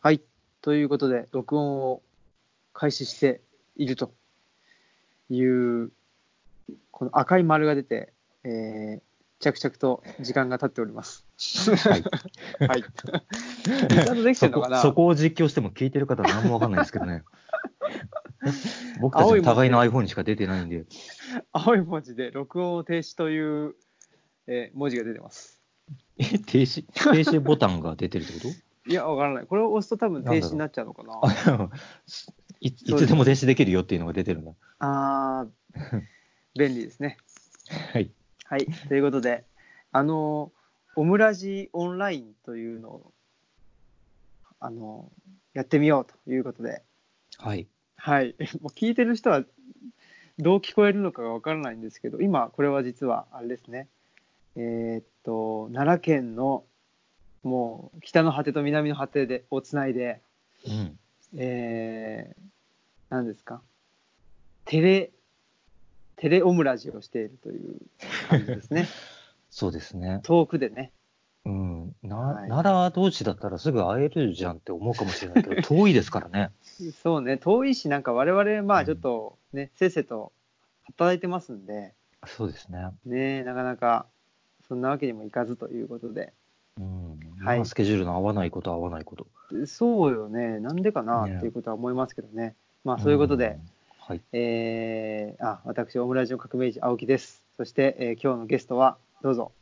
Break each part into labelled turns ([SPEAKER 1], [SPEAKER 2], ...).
[SPEAKER 1] はい。ということで、録音を開始しているという、この赤い丸が出て、えー、着々と時間が経っております。 はい。ちゃんとできて
[SPEAKER 2] そ
[SPEAKER 1] んの
[SPEAKER 2] こ
[SPEAKER 1] かな
[SPEAKER 2] そこを実況しても聞いてる方は何もわかんないですけ どね。僕たちの互いの iPhone にしか出てないん で、
[SPEAKER 1] 青い文字で、録音を停止という、えー文字が出てます。
[SPEAKER 2] え停止、停止ボタンが出てるってこ
[SPEAKER 1] いや、わからない。これを押すと多分停止になっちゃうのかな。
[SPEAKER 2] とあ いいつでも停止できるよっていうのが出てるんだ。
[SPEAKER 1] あー、便利ですね。
[SPEAKER 2] はい。
[SPEAKER 1] はい、ということで、あの、オムラジオンラインというのを、あの、やってみようということで、
[SPEAKER 2] はい。
[SPEAKER 1] はい、 もう聞いてる人は、どう聞こえるのかがわからないんですけど、今、これは実は、あれですね、えーっと、奈良県の、もう、北の果てと南の果てで、をつないで、
[SPEAKER 2] うん。
[SPEAKER 1] えー、何ですか、テレ、テレオムラジをしているという感じですね。
[SPEAKER 2] そうですね。
[SPEAKER 1] 遠くでね。
[SPEAKER 2] うん。な、
[SPEAKER 1] はい
[SPEAKER 2] 奈良同士だったらすぐ会えるじゃんって思うかもし れないけど、遠いですからね。
[SPEAKER 1] そうね、遠いし、なんか我々、ま
[SPEAKER 2] う
[SPEAKER 1] あ
[SPEAKER 2] ん
[SPEAKER 1] ちょっとね、せっせと働いてますんで、
[SPEAKER 2] そうですね。
[SPEAKER 1] ね、なかなかそんなわけにもいかずということで、
[SPEAKER 2] うん。
[SPEAKER 1] はい
[SPEAKER 2] まあスケジュールの合わないこと合わないこと。
[SPEAKER 1] そうよね、なんでかな
[SPEAKER 2] ね
[SPEAKER 1] っていうことは思いますけどね。まあそういうことで、
[SPEAKER 2] ん。はい。
[SPEAKER 1] えー、あ、私、オムラジオ革命児、青木です。そして、えー今日のゲストは、どうぞ、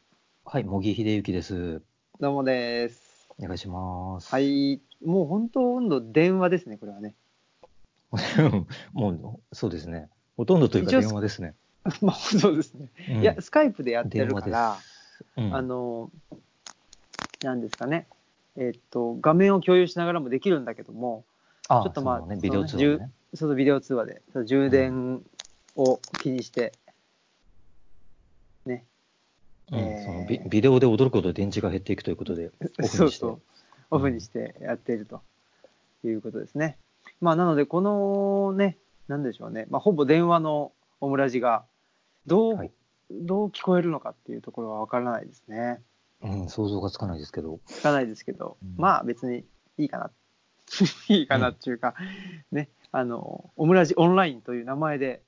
[SPEAKER 2] はい、茂木秀幸です。
[SPEAKER 1] どうもです。
[SPEAKER 2] お願いします。
[SPEAKER 1] は。い、もう本当、温度、電話ですね、これはね。
[SPEAKER 2] もう、そうですね。ほとんどというか
[SPEAKER 1] 一応
[SPEAKER 2] 電話ですね。
[SPEAKER 1] まあ、そうですね。
[SPEAKER 2] い
[SPEAKER 1] いや、、スカイプでやってるか
[SPEAKER 2] 電
[SPEAKER 1] ら
[SPEAKER 2] 話、うん
[SPEAKER 1] あの、なんですかね、えっと、画面を共有しながらもできるんだけども、
[SPEAKER 2] あ
[SPEAKER 1] ちょっとまあ
[SPEAKER 2] そうね、ビデオ通話
[SPEAKER 1] その
[SPEAKER 2] ね。
[SPEAKER 1] そのビデオ通話で、その充電を気にして、
[SPEAKER 2] う
[SPEAKER 1] えー
[SPEAKER 2] ん、そのビビデオで驚くほど電池が減っていくということで、オフにして
[SPEAKER 1] そうそう、オフにしてやっているということですね。まあ、なので、このね、なんでしょうね、まあ、ほぼ電話のオムラジが、どう、
[SPEAKER 2] はい
[SPEAKER 1] どう聞こえるのかっていうところはわからないですね。
[SPEAKER 2] うん、想像がつかないですけど、
[SPEAKER 1] 聞かないですけど、
[SPEAKER 2] うん
[SPEAKER 1] まあ別にいいかな。 いいかなっていうか、ね、あの、オムラジオンラインという名前で、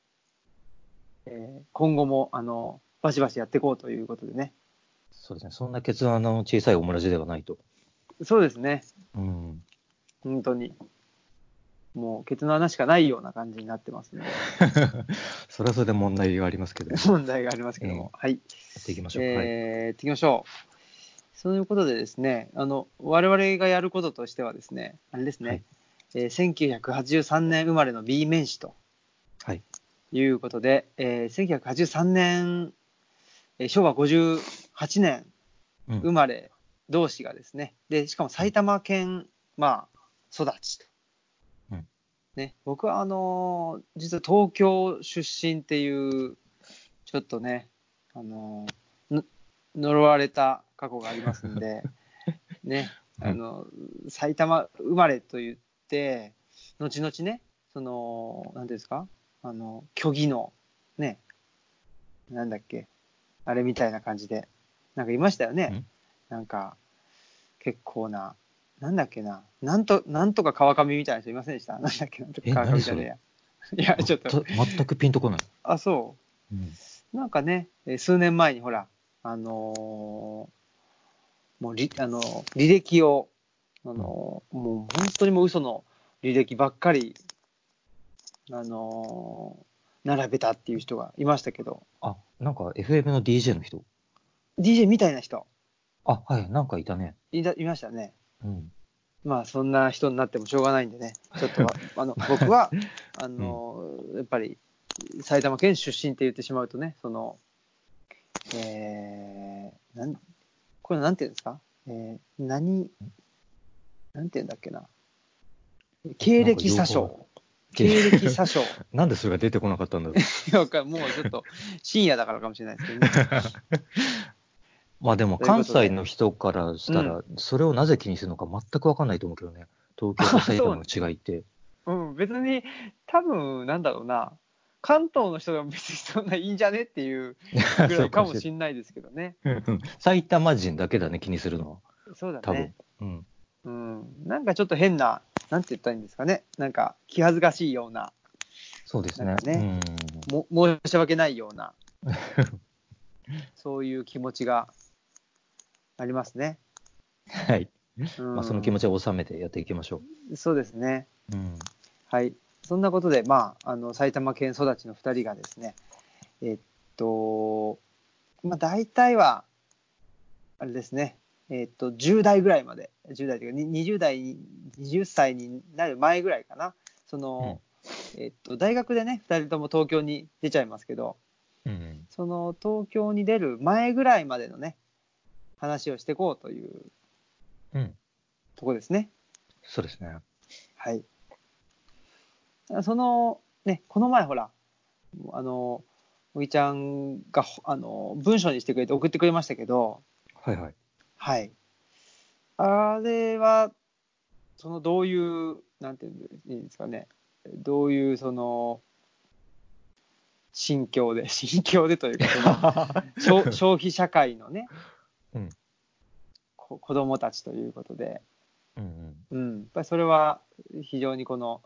[SPEAKER 1] えー今後も、あの、バシバシやっていこうということでね。
[SPEAKER 2] そうですね、そんなケツ穴の小さいオムラジではないと。
[SPEAKER 1] そうですね。
[SPEAKER 2] うん、
[SPEAKER 1] 本当に。もう、ケツの穴しかないような感じになってますので、
[SPEAKER 2] それはそれで問題はありますけど、 や
[SPEAKER 1] 問題がありますけども。はい。
[SPEAKER 2] っていきましょう。
[SPEAKER 1] え
[SPEAKER 2] はい。
[SPEAKER 1] ー、やっていきましょう。そういうことでですね、あの、我々がやることとしてはですね、あれですね、
[SPEAKER 2] はい
[SPEAKER 1] えー1983年生まれの B 面子と
[SPEAKER 2] はい。
[SPEAKER 1] いうことで、えー1983年、えー昭和58年
[SPEAKER 2] うん
[SPEAKER 1] 生まれ同士がですね、で、しかも埼玉県、まあ、育ちと。
[SPEAKER 2] うん
[SPEAKER 1] ね、僕はあのー実は東京出身っていう、ちょっとね、あのーの呪われた過去がありますん で、ね、あの、埼玉生まれと言って、後々ね、その、なんていうんですか、あの、虚偽の、ね、なんだっけ、あれみたいな感じで、なんかいましたよね。なんか、結構な、なんだっけな、なんと、なんとか川上みたいな人いませんでした なんだっけ、なんとか
[SPEAKER 2] え
[SPEAKER 1] 川上じゃねえ や。いや、ちょっと、
[SPEAKER 2] 全くピンとこない。
[SPEAKER 1] あ、そう。
[SPEAKER 2] うん
[SPEAKER 1] なんかね、えー数年前にほら、あのーもうり、あのー履歴を、あのーもう本当にもう嘘の履歴ばっかり、あのー並べたっていう人がいましたけど、
[SPEAKER 2] あ、なんか FM の DJ の人。
[SPEAKER 1] DJ みたいな人
[SPEAKER 2] あ、はい、なんかいたね。
[SPEAKER 1] いたいましたね。
[SPEAKER 2] うん。
[SPEAKER 1] まあそんな人になってもしょうがないんでね、ちょっとはあの僕は、あのーやっぱり埼玉県出身って言ってしまうとね、その、えー、なんこれなんていうんですか、えー、何、なんていうんだっけな、経歴詐称、経歴詐称、
[SPEAKER 2] なんでそれが出てこなかったんだろう。
[SPEAKER 1] いやわかんもうちょっと深夜だからかもしれないですけどね。
[SPEAKER 2] まあでも
[SPEAKER 1] ということ
[SPEAKER 2] 関
[SPEAKER 1] で
[SPEAKER 2] 西の人からしたら、それをなぜ気にするのか全く分かんないと思うけどね、東京と埼玉の違いって。
[SPEAKER 1] うん、別に、多分なんだろうな、関東の人が別にそんないいんじゃねっていうぐらいかもしれないですけどね。
[SPEAKER 2] うん埼玉人だけだね、気にするのは、
[SPEAKER 1] そうだ
[SPEAKER 2] 多分、
[SPEAKER 1] ね。
[SPEAKER 2] うん。
[SPEAKER 1] うん、なんかちょっと変な、なんて言ったらいいんですかね、なんか気恥ずかしいような、
[SPEAKER 2] そうです
[SPEAKER 1] な
[SPEAKER 2] ね
[SPEAKER 1] ん。かねも申し訳ないよう な、そういう気持ちがありますね。
[SPEAKER 2] うん。はい。
[SPEAKER 1] うん、
[SPEAKER 2] まあ、その気持ちを収めてやっていきましょ
[SPEAKER 1] そうですね。
[SPEAKER 2] う。うん。
[SPEAKER 1] はい。そんなことで、まあ、あの埼玉県育ちの2人がですね、えっと、まあ、大体は、あれですね、えっと、10代ぐらいまで、10代というか、に20代に、20歳になる前ぐらいかな、その、えっと、大学でね、2人とも東京に出ちゃいますけど、
[SPEAKER 2] うん。
[SPEAKER 1] その東京に出る前ぐらいまでのね、話をしていこうという
[SPEAKER 2] うん。
[SPEAKER 1] とこですね。
[SPEAKER 2] そうですね。
[SPEAKER 1] はい。その、ね、この前ほら、あの、おいちゃんが、ほあの、文章にしてくれて送ってくれましたけど、
[SPEAKER 2] はいはい。
[SPEAKER 1] はい。あれは、その、どういう、なんていうんですかね、どういう、その、心境で、 心境でというか、その 消消費社会のね、
[SPEAKER 2] うん
[SPEAKER 1] こ子供たちということで、
[SPEAKER 2] うんう
[SPEAKER 1] う
[SPEAKER 2] ん。
[SPEAKER 1] ん、やっぱりそれは非常にこの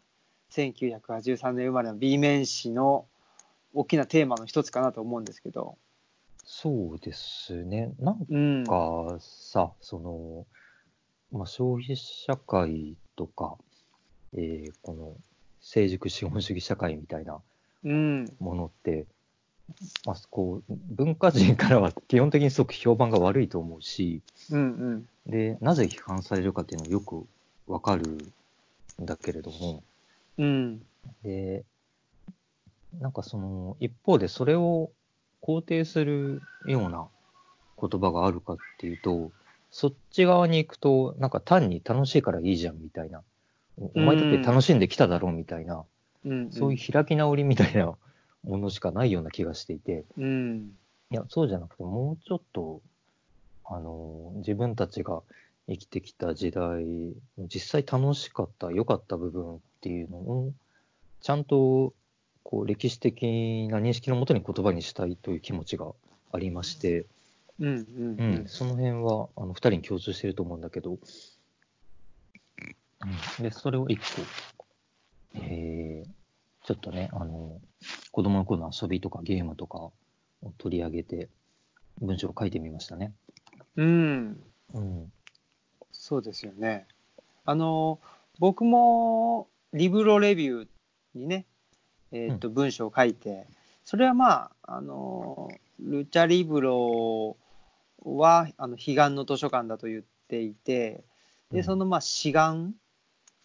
[SPEAKER 1] 1983年生まれの B 面誌の大きなテーマの一つかなと思うんですけど、
[SPEAKER 2] そうですね。なん
[SPEAKER 1] うん、
[SPEAKER 2] かさ、その、まあ、消費社会とか、えーこの成熟資本主義社会みたいな
[SPEAKER 1] うん、
[SPEAKER 2] ものって、まあ、こう文化人からは基本的にすごく評判が悪いと思うし、
[SPEAKER 1] うん、うん、
[SPEAKER 2] で、なぜ批判されるかっていうのはよくわかるんだけれども、
[SPEAKER 1] うん、
[SPEAKER 2] で、なんかその、一方でそれを肯定するような言葉があるかっていうと、そっち側に行くと、なんか単に楽しいからいいじゃんみたいな、おお前だって楽しんできただろうみたいな、
[SPEAKER 1] うん、
[SPEAKER 2] そういう開き直りみたいなものしかないような気がしていて、
[SPEAKER 1] うん、
[SPEAKER 2] いや、そうじゃなくて、もうちょっと、あの、自分たちが生きてきた時代、実際楽しかった、良かった部分っていうのを、ちゃんと、こう、歴史的な認識のもとに言葉にしたいという気持ちがありまして、
[SPEAKER 1] うん、うん、
[SPEAKER 2] う、
[SPEAKER 1] うんん、
[SPEAKER 2] その辺は、あの、二人に共通してると思うんだけど、うん、で、それを一個、えー、ちょっとね、あの、子供の頃の遊びとかゲームとかを取り上げて、文章を書いてみましたね。
[SPEAKER 1] うん、
[SPEAKER 2] うん。
[SPEAKER 1] そうですよね。あの、僕もリブロレビューにね、えっと、文章を書いて、それはまあ、あの、ルチャリブロは、あの、彼岸の図書館だと言っていて、
[SPEAKER 2] う
[SPEAKER 1] で、
[SPEAKER 2] ん
[SPEAKER 1] その、まあ、志願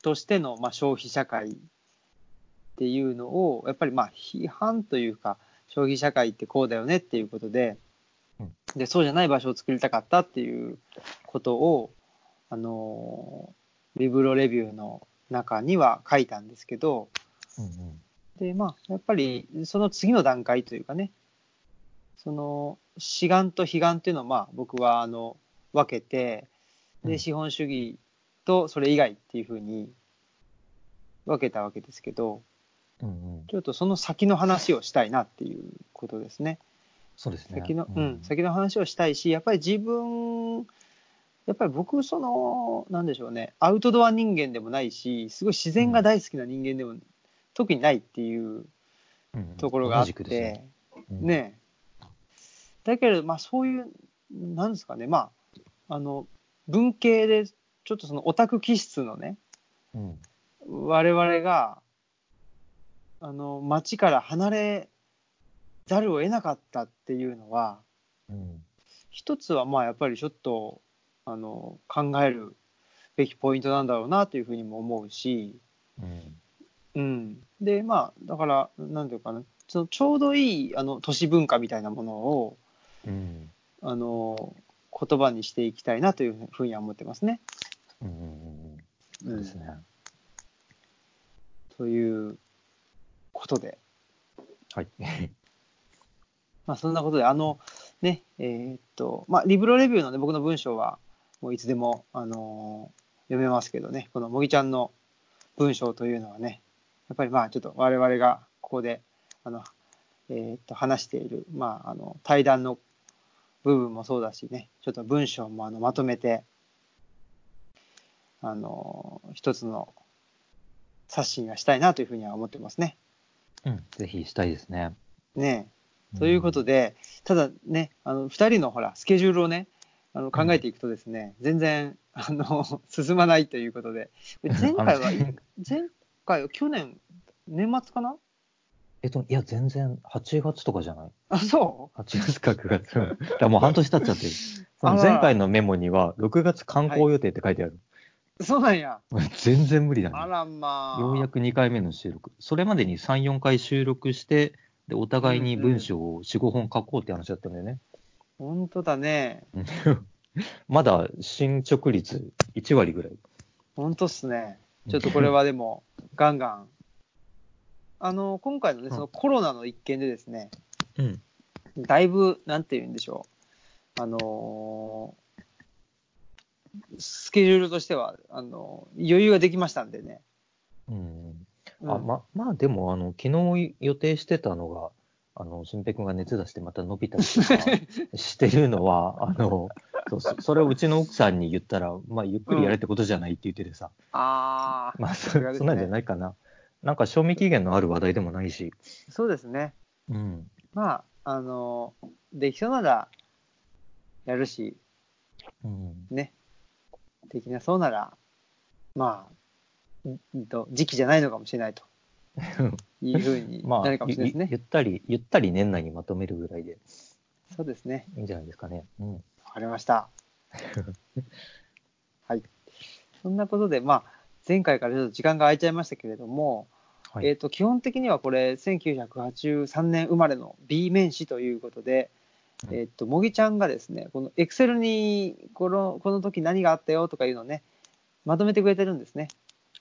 [SPEAKER 1] としての、まあ、消費社会っていうのを、やっぱり、まあ、批判というか、消費社会ってこうだよねっていうことで
[SPEAKER 2] うん、
[SPEAKER 1] で、そうじゃない場所を作りたかったっていうことを、あのー、リブロレビューの中には書いたんですけど、
[SPEAKER 2] うんうん。
[SPEAKER 1] で、まあ、やっぱり、その次の段階というかね、その、志願と悲願っていうのは、まあ、僕は、あの、分けて、
[SPEAKER 2] う
[SPEAKER 1] で、
[SPEAKER 2] ん
[SPEAKER 1] 資本主義とそれ以外っていうふうに分けたわけですけど、
[SPEAKER 2] うんうん。
[SPEAKER 1] ちょっとその先の話をしたいなっていうことですね。
[SPEAKER 2] そうですね。
[SPEAKER 1] 先の、うん、先の話をしたいし、やっぱり自分、やっぱり僕、その、なんでしょうね、アウトドア人間でもないし、すごい自然が大好きな人間でも、特にないっていう
[SPEAKER 2] うんうん
[SPEAKER 1] ところがあっ
[SPEAKER 2] 同じ
[SPEAKER 1] て、
[SPEAKER 2] くですね。うん
[SPEAKER 1] ねえだけれど、まあ、そういう、なんですかね、まあ、あの、文系で、ちょっとそのオタク気質のね、
[SPEAKER 2] うん。
[SPEAKER 1] 我々が、あの、街から離れざるを得なかったっていうのは、
[SPEAKER 2] うん。
[SPEAKER 1] 一つはまあやっぱりちょっとあの考えるべきポイントなんだろうなというふうにも思うし、
[SPEAKER 2] うん。
[SPEAKER 1] うん、でまあだから何ていうかなそのちょうどいいあの都市文化みたいなものを
[SPEAKER 2] うん。
[SPEAKER 1] あの言葉にしていきたいなというふうには思ってますね。
[SPEAKER 2] うんうんうん。
[SPEAKER 1] う
[SPEAKER 2] そうんですね。
[SPEAKER 1] ということで、
[SPEAKER 2] はい。
[SPEAKER 1] まあ、そんなことであのねえーっとまあリブロレビューのね僕の文章はもういつでも、あの読めますけどねこの茂木ちゃんの文章というのはねやっぱりまあちょっと我々がここであの、えーっと話している、まあ、あの対談の部分もそうだしねちょっと文章もあのまとめてあの一つの刷新がしたいなというふうには思ってますね。
[SPEAKER 2] うん、ぜひしたいですね。
[SPEAKER 1] ねえということで、ただねあの2人のほらスケジュールをねあの考えていくとですね、全然あの 進まないということで前回は
[SPEAKER 2] あの
[SPEAKER 1] 前回は去年年末かな
[SPEAKER 2] えっと、いや、全然、8月とかじゃない。
[SPEAKER 1] あそう
[SPEAKER 2] 8月か9月。うんだからもう半年経っち ゃってる。そ
[SPEAKER 1] あ
[SPEAKER 2] の
[SPEAKER 1] ら
[SPEAKER 2] 前回のメモには、6月観光予定って書いてある。
[SPEAKER 1] そうなんや。
[SPEAKER 2] 全然無理だ
[SPEAKER 1] あ
[SPEAKER 2] ね。
[SPEAKER 1] らまあ。
[SPEAKER 2] ようやく2回目の収録。それまでに3、4回収録して、で、お互いに文章を4、5本書こうって話だったんだよね。
[SPEAKER 1] 本当だね。
[SPEAKER 2] まだ進捗率1割ぐらい。
[SPEAKER 1] 本当っすね。ちょっとこれはでも、ガンガン。あの、今回のね、
[SPEAKER 2] うん
[SPEAKER 1] そのコロナの一件でですね、
[SPEAKER 2] うん。
[SPEAKER 1] だいぶ、なんて言うんでしょう。あのースケジュールとしては、あの余裕ができましたんでね。
[SPEAKER 2] うん。
[SPEAKER 1] うん
[SPEAKER 2] あままあでもあの昨日予定してたのがあの新平君が熱出してまた伸びたり とかしてるのはあのそうそそれをうちの奥さんに言ったら、まあ、ゆっくりやれってことじゃないって言っててさ、
[SPEAKER 1] あー
[SPEAKER 2] まあそ
[SPEAKER 1] それはですね
[SPEAKER 2] そんなんじゃないかななんか賞味期限のある話題でもないし、
[SPEAKER 1] そうですね。
[SPEAKER 2] うん、
[SPEAKER 1] まあ、あのできそうなら、やるし、
[SPEAKER 2] うん、
[SPEAKER 1] ね、できなそうなら、まあ、んんと時期じゃないのかもしれないというふうに
[SPEAKER 2] ま
[SPEAKER 1] な
[SPEAKER 2] あ
[SPEAKER 1] るかもしれないですね。
[SPEAKER 2] ゆゆったりゆったり年内にまとめるぐらいで
[SPEAKER 1] そうですね。
[SPEAKER 2] いいんじゃないですかね、うん、
[SPEAKER 1] わかりま した。はい。そんなことで、まあ、前回からちょっと時間が空いちゃいましたけれども、
[SPEAKER 2] はい、
[SPEAKER 1] えー、と基本的にはこれ、1983年生まれの B 面師ということで、
[SPEAKER 2] うん
[SPEAKER 1] えー、と茂木ちゃんがですね、このエクセルにこのこの時何があったよとかいうのをね、まとめてくれてるんですね。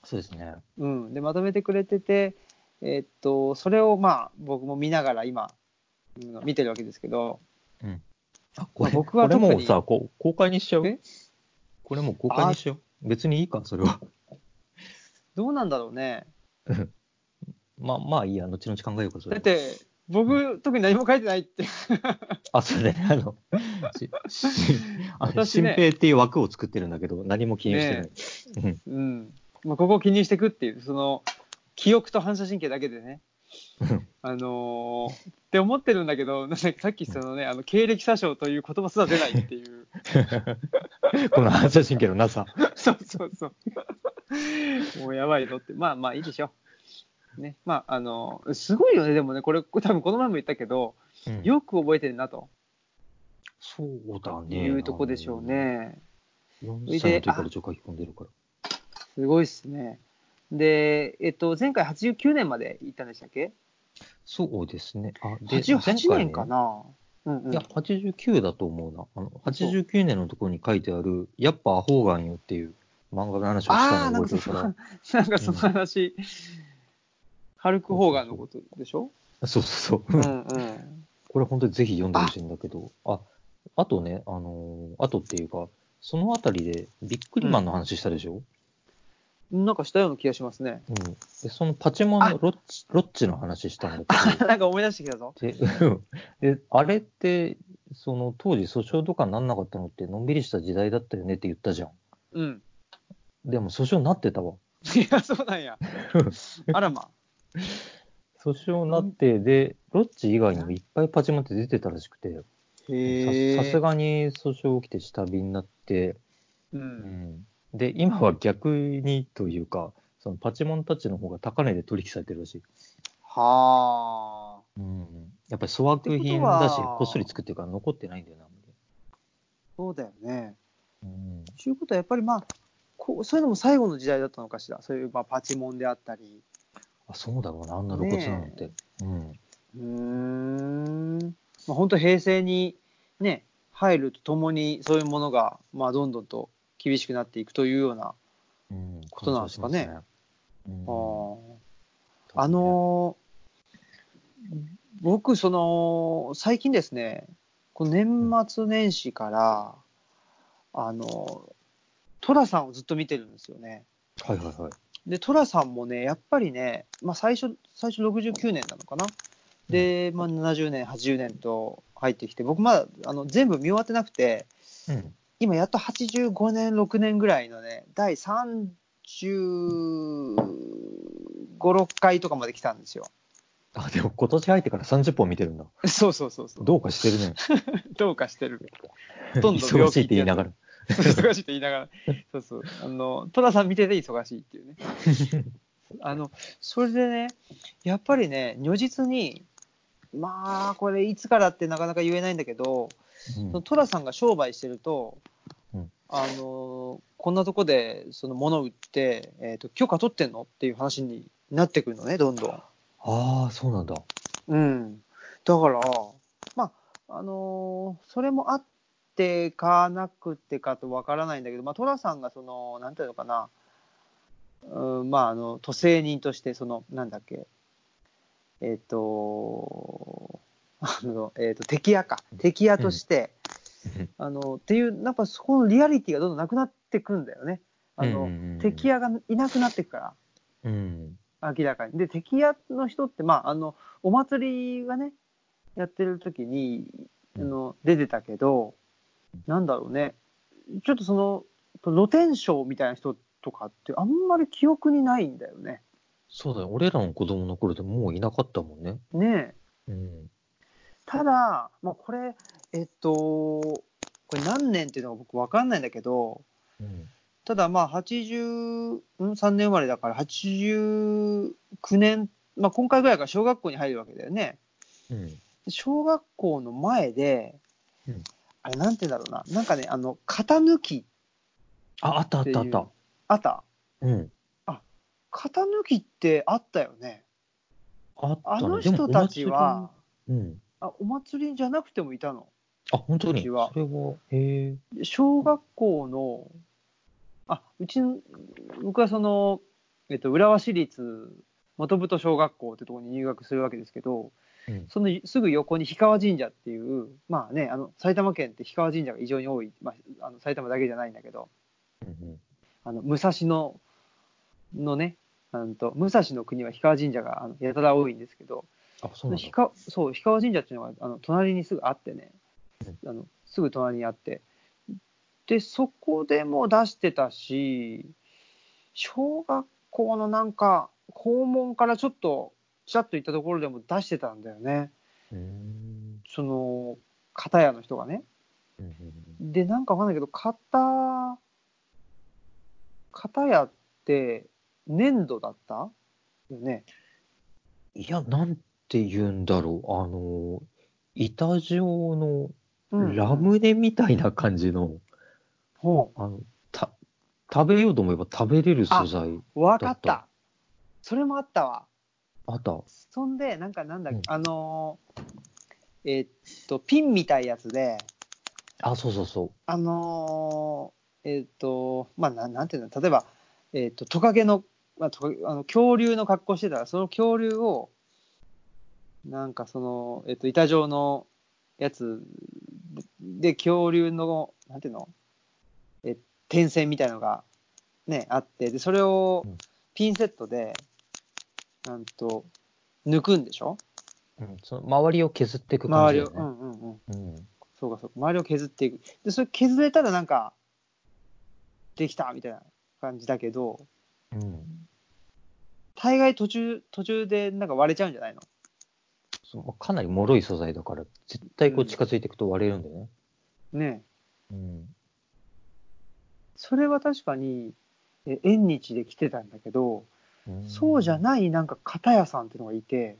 [SPEAKER 2] そうですね
[SPEAKER 1] うん、でまとめてくれてて、えっとそれをまあ僕も見ながら今うん見てるわけですけど
[SPEAKER 2] あこれ
[SPEAKER 1] まあ僕は
[SPEAKER 2] これも
[SPEAKER 1] 特
[SPEAKER 2] う
[SPEAKER 1] に
[SPEAKER 2] さこう公開にしちゃう
[SPEAKER 1] え
[SPEAKER 2] これもう公開にしちゃう別にいいかそれは
[SPEAKER 1] どうなんだろうね
[SPEAKER 2] まあまあいいや後々考えようかそれ
[SPEAKER 1] だっ
[SPEAKER 2] は
[SPEAKER 1] て僕特に何も書いてないって
[SPEAKER 2] あそ うだねあのししあの
[SPEAKER 1] 私
[SPEAKER 2] 新
[SPEAKER 1] ね
[SPEAKER 2] 平っていう枠を作ってるんだけど何も記入してない、
[SPEAKER 1] ねうん、まあ、ここを記入していくっていうその記憶と反射神経だけでね
[SPEAKER 2] うん
[SPEAKER 1] あのーって思ってるんだけどなんかさっきそのねあの経歴詐称という言葉すら出ないっていう
[SPEAKER 2] この反射神経のなさ
[SPEAKER 1] そうそうそうもうやばいぞってまあまあいいでしょねまああのすごいよねでもねこれ多分この前も言ったけど、
[SPEAKER 2] うん
[SPEAKER 1] よく覚えてるなと
[SPEAKER 2] そうだね
[SPEAKER 1] いうとこでしょうね。
[SPEAKER 2] 4歳の時から情書き込んでるから
[SPEAKER 1] すごいですね。で、えっと、前回89年まで行ったんでしたっけ
[SPEAKER 2] そうですねあで
[SPEAKER 1] ?88 年か
[SPEAKER 2] な
[SPEAKER 1] な、うんうん
[SPEAKER 2] いや、89だと思うな。あの89年のところに書いてある、やっぱアホーガンよっていう漫画の話を
[SPEAKER 1] あ
[SPEAKER 2] し
[SPEAKER 1] あー、な
[SPEAKER 2] たの
[SPEAKER 1] ん
[SPEAKER 2] を
[SPEAKER 1] か
[SPEAKER 2] 覚えて
[SPEAKER 1] そ
[SPEAKER 2] るから
[SPEAKER 1] の、なんかその話、ハルク・ホーガンのことでしょ。
[SPEAKER 2] そうそう
[SPEAKER 1] う
[SPEAKER 2] そう。
[SPEAKER 1] んうん。
[SPEAKER 2] これ本当にぜひ読んでほしいんだけど、あ、あとね、あのーあとっていうか、そのあたりでビックリマンの話したでしょ、
[SPEAKER 1] なんかしたような気がしますね。
[SPEAKER 2] うん、で、そのパチモン
[SPEAKER 1] あ
[SPEAKER 2] のロッチ、ロッチの話したんだ
[SPEAKER 1] なんか思い出してきたぞ。
[SPEAKER 2] けど、で、 であれって、その当時訴訟とかになんなかったのって、のんびりした時代だったよねって言ったじゃん。
[SPEAKER 1] うん。
[SPEAKER 2] でも訴訟になってたわ。
[SPEAKER 1] いや、そうなん や。あらま。
[SPEAKER 2] 訴訟になって、で、ロッチ以外にもいっぱいパチモンって出てたらしくて、
[SPEAKER 1] へえ。
[SPEAKER 2] ささす。がに訴訟起きて下火になって、
[SPEAKER 1] う。
[SPEAKER 2] うんんで、今は逆にというか、そのパチモンたちの方が高値で取引されてるらしい。
[SPEAKER 1] はあ。
[SPEAKER 2] うん、やっぱり粗悪
[SPEAKER 1] って
[SPEAKER 2] 品
[SPEAKER 1] ことは
[SPEAKER 2] だし、こっそり作ってるから残ってないんだよな。
[SPEAKER 1] そうだよね。
[SPEAKER 2] うん、
[SPEAKER 1] ということはやっぱりまあこうそういうのも最後の時代だったのかしらそういうまあパチモンであったり
[SPEAKER 2] あそうだろうな、あんな露骨なのって。うん、
[SPEAKER 1] うーん、まあ、本当平成にね入るとともにそういうものがまあどんどんと厳しくなっていくというような、
[SPEAKER 2] うん、
[SPEAKER 1] ことなんですかね
[SPEAKER 2] 感謝しますね。うん
[SPEAKER 1] あーあ、のー僕その最近ですねこの年末年始から、あの寅さんをずっと見てるんですよね。
[SPEAKER 2] はいはいはい。
[SPEAKER 1] で、寅さんもね、やっぱりね、まあ、最初、最初69年なのかな。で、まあ、70年、80年と入ってきて、僕まだあの全部見終わってなくて、
[SPEAKER 2] うん、
[SPEAKER 1] 今やっと85年、6年ぐらいのね、第35、6回とかまで来たんですよ。
[SPEAKER 2] あ、でも今年入ってから30本見てるんだ。
[SPEAKER 1] そうそうそうそう。
[SPEAKER 2] どうかしてるね。
[SPEAKER 1] どうかして る。ほとんど病
[SPEAKER 2] 忙
[SPEAKER 1] 気
[SPEAKER 2] しいって言いな
[SPEAKER 1] ら。
[SPEAKER 2] がら。
[SPEAKER 1] 忙しいって言いながら。そうそう。あの、戸田さん見てて忙しいっていうね。あの、それでね、やっぱりね、如実に、まあ、これいつからってなかなか言えないんだけど、
[SPEAKER 2] うん
[SPEAKER 1] そのトラさんが商売してると、
[SPEAKER 2] うん
[SPEAKER 1] あのこんなとこでその物売って、えー、と許可取ってんのっていう話になってくるのねどんどん。
[SPEAKER 2] ああ、そうなんだ。
[SPEAKER 1] うん、だからまああのーそれもあってかなくてかとわからないんだけど、まあ、トラさんがそのなんていうのかな、うん、まああの都政人としてそのなんだっけえっ、と あの、えー、と敵屋か敵屋として、あのっていう、なんかそこのリアリティがどんどんなくなってくんだよね。あの、敵
[SPEAKER 2] や。
[SPEAKER 1] 屋がいなくなってくから、
[SPEAKER 2] うん。
[SPEAKER 1] 明らかに。で、敵屋の人って、まあ、あの、お祭りがね、やってる時に、あの、出てたけど、なんだろうね、ちょっとその、露天商みたいな人とかって、あんまり記憶にないんだよね。
[SPEAKER 2] そうだよ。俺らの子供の頃でもういなかったもんね。
[SPEAKER 1] ねえ。
[SPEAKER 2] うん。
[SPEAKER 1] ただ、まあ、これ、えっと、これ何年っていうのが僕わかんないんだけど、
[SPEAKER 2] うん。
[SPEAKER 1] ただまあ83年生まれだから89年、まあ、今回ぐらいから小学校に入るわけだよね
[SPEAKER 2] うん。
[SPEAKER 1] 小学校の前で、
[SPEAKER 2] うん
[SPEAKER 1] あれなんて言うんだろうななんかねあの型抜き
[SPEAKER 2] あ、あったあったあっ。
[SPEAKER 1] ったあった
[SPEAKER 2] うん。
[SPEAKER 1] 型抜きってあったよね
[SPEAKER 2] あったね。
[SPEAKER 1] あの人たちは
[SPEAKER 2] でも。お祭りにうん。
[SPEAKER 1] あお祭りじゃなくてもいたの
[SPEAKER 2] あ、本当に。
[SPEAKER 1] うち
[SPEAKER 2] それ
[SPEAKER 1] は
[SPEAKER 2] は。へえ。
[SPEAKER 1] で小学校のあうちの僕はその、えっと、浦和市立元太小学校ってところに入学するわけですけど、
[SPEAKER 2] うん
[SPEAKER 1] そのすぐ横に氷川神社っていう、まあね、あの埼玉県って氷川神社が異常に多い、まあ、あの埼玉だけじゃないんだけど、
[SPEAKER 2] うん
[SPEAKER 1] あの武蔵野のね、うんと武蔵の国は氷川神社があのやたら多いんですけど、
[SPEAKER 2] あ、そうなん
[SPEAKER 1] 氷
[SPEAKER 2] だ。
[SPEAKER 1] 川そう氷川神社っていうのがあの隣にすぐあってね、あのすぐ隣にあって、で、そこでも出してたし、小学校のなんか、校門からちょっと、ちらっと行ったところでも出してたんだよね。
[SPEAKER 2] うん。
[SPEAKER 1] その片屋の人がね。
[SPEAKER 2] うんうん
[SPEAKER 1] で、なんかわかんないけど、片、片屋って粘土だったよね。
[SPEAKER 2] いや、なんて言うんだろう。あの、板状の
[SPEAKER 1] うん
[SPEAKER 2] ラ。ムネみたいな感じの、
[SPEAKER 1] ほ
[SPEAKER 2] あの、た、食べようと思えば食べれる素材
[SPEAKER 1] う。わか
[SPEAKER 2] だ
[SPEAKER 1] っ
[SPEAKER 2] ったた。
[SPEAKER 1] それもあったわ。
[SPEAKER 2] あった。
[SPEAKER 1] そんで、なんかなんだっけ、
[SPEAKER 2] うん
[SPEAKER 1] あのーえっと、ピンみたいやつで、
[SPEAKER 2] あ、そうそうそ
[SPEAKER 1] あのーえっと、まあ、なんなんていうの、例えば、えっと、トカゲの、まあ、トカゲあの恐竜の格好してたら、その恐竜を、なんかその、えっと、板状のやつで、恐竜の、なんていうの、え点線みたいのが、ね、あって、で、それを
[SPEAKER 2] うん
[SPEAKER 1] ピンセットで、なんと、抜くんでしょ
[SPEAKER 2] う。うん、その周りを削っていく感
[SPEAKER 1] 周
[SPEAKER 2] じ
[SPEAKER 1] り
[SPEAKER 2] だ
[SPEAKER 1] を。
[SPEAKER 2] よ
[SPEAKER 1] うんうんう
[SPEAKER 2] ね。
[SPEAKER 1] ん。
[SPEAKER 2] うん。
[SPEAKER 1] そうかそうか、周りを削っていく。で、それ削れたらなんか、できたみたいな感じだけど、
[SPEAKER 2] うん。
[SPEAKER 1] 大概途中、途中でなんか割れちゃうんじゃないの
[SPEAKER 2] そうかなり脆い素材だから、絶対こう近づいていくと割れるんだよね。
[SPEAKER 1] ねえ
[SPEAKER 2] うん。
[SPEAKER 1] それは確かに、え縁日で来てたんだけど、
[SPEAKER 2] うん
[SPEAKER 1] そうじゃないなんか片屋さんっていうのがいて、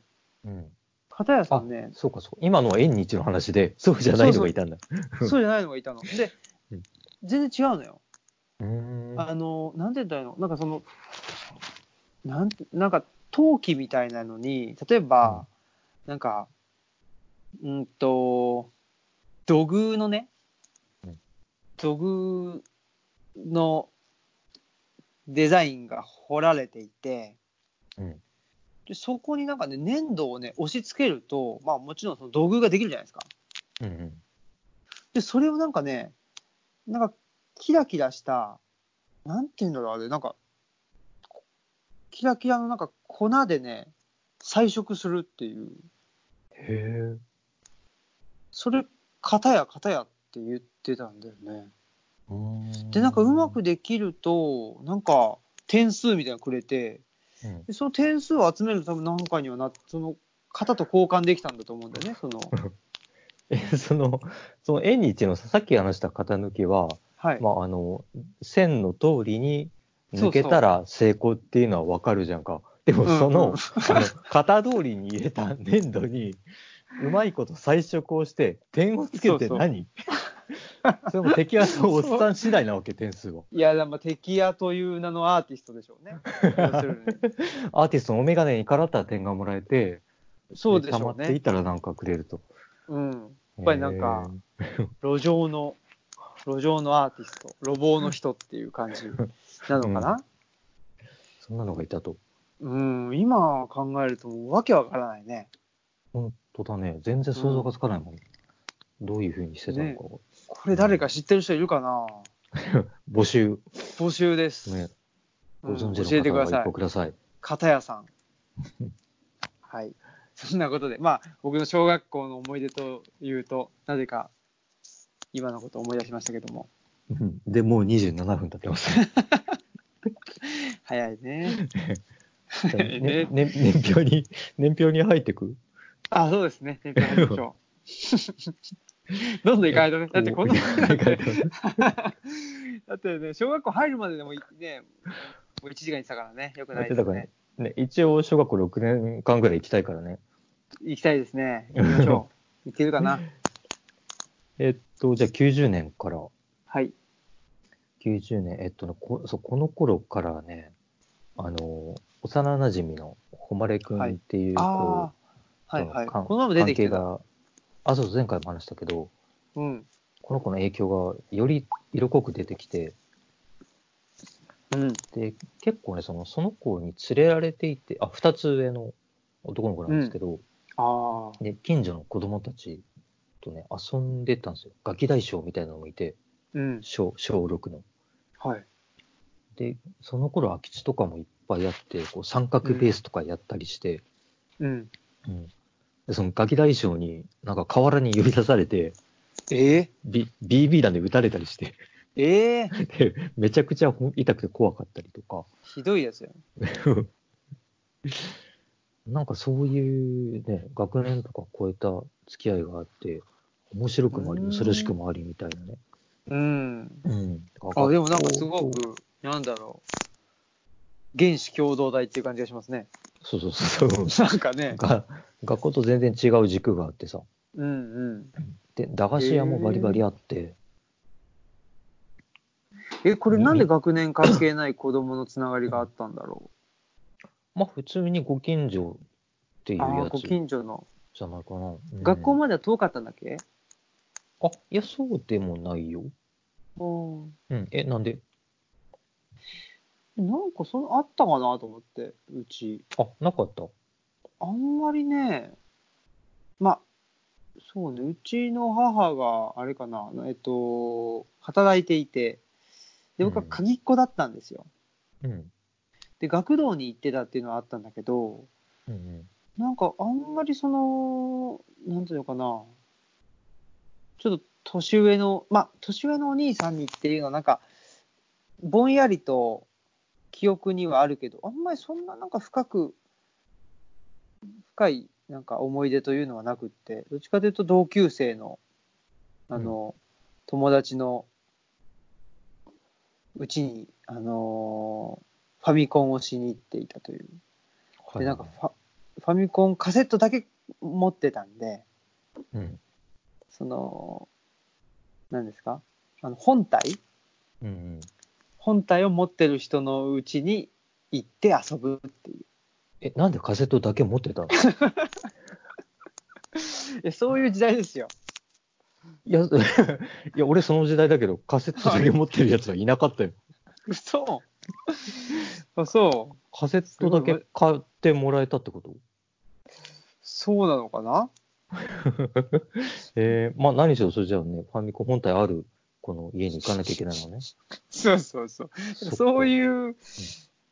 [SPEAKER 2] うん。
[SPEAKER 1] 片屋さんね、
[SPEAKER 2] そうかそうか。今のは縁日の話で、 そうじゃないのがいたんだ。
[SPEAKER 1] そうじゃないのがいたの。で
[SPEAKER 2] うん、
[SPEAKER 1] 全然違うのよ。
[SPEAKER 2] うーん。
[SPEAKER 1] あの、なんて言ったらいいのなんかその、なんて、なんか陶器みたいなのに、例えば、なんか、うんと、土偶のね
[SPEAKER 2] うん、
[SPEAKER 1] 土偶のデザインが彫られていて、
[SPEAKER 2] うん
[SPEAKER 1] でそこになんかね、粘土をね、押し付けると、まあもちろんその土偶ができるじゃないですか。
[SPEAKER 2] うんうん。
[SPEAKER 1] で、それをなんかね、なんか、キラキラした、なんていうんだろう、あれ、なんか、こキラキラのなんか粉でね、彩色するっていう、
[SPEAKER 2] へえ。
[SPEAKER 1] それ、型や型やって言ってたんだよね。で、なんかうま、くできると、なんか点数みたいなのくれて、
[SPEAKER 2] うん
[SPEAKER 1] でその点数を集めると多分何かにはな、その方と交換できたんだと思うんだよね、 その。
[SPEAKER 2] え、その、その縁日のささっき話した型抜きは、
[SPEAKER 1] はい。
[SPEAKER 2] まあ、あの、線の通りに抜けたら成功っていうのはわかるじゃんか。で
[SPEAKER 1] う
[SPEAKER 2] も
[SPEAKER 1] ん
[SPEAKER 2] そ
[SPEAKER 1] う
[SPEAKER 2] の、
[SPEAKER 1] ん
[SPEAKER 2] あの、型通りに入れた粘土に、うまいこと彩色をして、点をつけて
[SPEAKER 1] そうそう
[SPEAKER 2] 何 それも敵はそのおっさん次第なわけ、点数は。
[SPEAKER 1] いや、でも敵屋という名のアーティストでしょうね。要するに
[SPEAKER 2] アーティストのお眼鏡にからったら点がもらえて、
[SPEAKER 1] そうでし
[SPEAKER 2] 溜ま
[SPEAKER 1] ょう
[SPEAKER 2] っていっ
[SPEAKER 1] ね。
[SPEAKER 2] たらなんかくれると。
[SPEAKER 1] うん。やっぱりなんか
[SPEAKER 2] えー、
[SPEAKER 1] 路上の、路上のアーティスト、路傍の人っていう感じなのかな。
[SPEAKER 2] そんなのがいたと。
[SPEAKER 1] うん、今考えるともうわけわからないね。
[SPEAKER 2] 本当だね。全然想像がつかないもん。どういうふうにしてたのか。
[SPEAKER 1] これ誰か知ってる人いるかな
[SPEAKER 2] 募集、
[SPEAKER 1] 募集です。
[SPEAKER 2] ね、
[SPEAKER 1] う
[SPEAKER 2] ご
[SPEAKER 1] ん
[SPEAKER 2] 存
[SPEAKER 1] 教え
[SPEAKER 2] 知
[SPEAKER 1] て
[SPEAKER 2] の
[SPEAKER 1] くだ
[SPEAKER 2] 方が
[SPEAKER 1] さ
[SPEAKER 2] 一
[SPEAKER 1] い
[SPEAKER 2] 個。ください。
[SPEAKER 1] 片屋 さん。はい。そんなことで、まあ、僕の小学校の思い出というと、なぜか、今のことを思い出しましたけども。
[SPEAKER 2] うんで、もう27分経ってます。
[SPEAKER 1] 早い ね。
[SPEAKER 2] ね
[SPEAKER 1] ね
[SPEAKER 2] ね年表に、年表に入ってく
[SPEAKER 1] あ、そうですね。天ぷら入りましょ う。 どんどん行かないとね。だってこの、
[SPEAKER 2] おー
[SPEAKER 1] だってね、小学校入るまででもいね、もう1時間にしたからね、よくないで
[SPEAKER 2] だ
[SPEAKER 1] す
[SPEAKER 2] から
[SPEAKER 1] ね
[SPEAKER 2] ね。ね、一応小学校6年間ぐらい行きたいからね。
[SPEAKER 1] 行きたいですね。 行きましょう。行けるかな。
[SPEAKER 2] えっと、じゃあ90年から、
[SPEAKER 1] はい。
[SPEAKER 2] 90年、えっとねこ、そうこの頃からね、あの、幼馴染の誉くんっていう子、
[SPEAKER 1] ああ、はいはい。
[SPEAKER 2] との
[SPEAKER 1] このまま出てきて
[SPEAKER 2] 関係
[SPEAKER 1] た。
[SPEAKER 2] があ、そうそう、前回も話したけど、
[SPEAKER 1] うん。
[SPEAKER 2] この子の影響がより色濃く出てきて、
[SPEAKER 1] うん。
[SPEAKER 2] で、結構ね、そのその子に連れられていて、あ、二つ上の男の子なんですけど、
[SPEAKER 1] ああ。
[SPEAKER 2] で、近所の子供たちとね、遊んでたんですよ。ガキ大将みたいなのもいて、
[SPEAKER 1] うん。
[SPEAKER 2] 小、小6の。
[SPEAKER 1] はい。
[SPEAKER 2] で、その頃空き地とかもいっぱいあって、こう三角ベースとかやったりして、
[SPEAKER 1] うん。
[SPEAKER 2] うんでそのガキ大将になんか河原に呼び出されて、
[SPEAKER 1] ええ
[SPEAKER 2] B、BB 弾で撃たれたりして、
[SPEAKER 1] ええ
[SPEAKER 2] でめちゃくちゃほ痛くて怖かったりとか、
[SPEAKER 1] ひどいやつやん。
[SPEAKER 2] なんかそういうね、学年とか超えた付き合いがあって、面白くもあり、
[SPEAKER 1] うん
[SPEAKER 2] 恐ろしくもありみたいなね。
[SPEAKER 1] うん。
[SPEAKER 2] うん。
[SPEAKER 1] あ、でもなんかすご
[SPEAKER 2] 学校。
[SPEAKER 1] く、なんだろう。原始共同体っていう感じがしますね。
[SPEAKER 2] そうそうそうそう。
[SPEAKER 1] なんかね。
[SPEAKER 2] が学校と全然違う軸があってさ。
[SPEAKER 1] うんうん。
[SPEAKER 2] で、駄菓子屋もバリバリあって、
[SPEAKER 1] え、これなんで学年関係ない子供のつながりがあったんだろ
[SPEAKER 2] まあ普通にご近所っていう
[SPEAKER 1] う。ああ、
[SPEAKER 2] や
[SPEAKER 1] ご
[SPEAKER 2] つじ
[SPEAKER 1] 近所の。
[SPEAKER 2] ゃないかな。うん
[SPEAKER 1] 学校までは遠かったんだっけ
[SPEAKER 2] あ、いや、そうでもないよ。
[SPEAKER 1] うん。
[SPEAKER 2] うん。え、なんで
[SPEAKER 1] なんかそのあったかなと思って、うち。
[SPEAKER 2] あ、なかった。
[SPEAKER 1] あんまりね、まあ、そうね、うちの母が、あれかな、えっと、働いていて、で、僕は
[SPEAKER 2] うん
[SPEAKER 1] 鍵っ子だったんですよ。
[SPEAKER 2] うん。
[SPEAKER 1] で、学童に行ってたっていうのはあったんだけど、
[SPEAKER 2] うんうん。
[SPEAKER 1] なんかあんまりその、なんていうのかな、ちょっと年上の、まあ、年上のお兄さんにっていうのは、なんか、ぼんやりと記憶にはあるけど、あんまりそんななんか深く、深いなんか思い出というのはなくって、どっちかというと同級生の、あの、友達のうちに、あのーファミコンをしに行っていたという。
[SPEAKER 2] は
[SPEAKER 1] で、
[SPEAKER 2] い
[SPEAKER 1] なんかファファミコンカセットだけ持ってたんで、
[SPEAKER 2] うん。
[SPEAKER 1] その、何ですかあの本体
[SPEAKER 2] うんうん。
[SPEAKER 1] 本体を持ってる人のうちに行って遊ぶっていう
[SPEAKER 2] え、なんでカセットだけ持ってたのい
[SPEAKER 1] いや。そういう時代ですよ。
[SPEAKER 2] や、い や、俺その時代だけど、カセットだけ持ってるやつはいなかったよ。
[SPEAKER 1] 嘘あそう。
[SPEAKER 2] カセットだけ買ってもらえたってこと
[SPEAKER 1] そうなのかな
[SPEAKER 2] えー、まあ何しろそれじゃあね、ファミコン本体ある、この家に行かなきゃいけないのね。
[SPEAKER 1] そうそうそう。 そう
[SPEAKER 2] う。
[SPEAKER 1] いう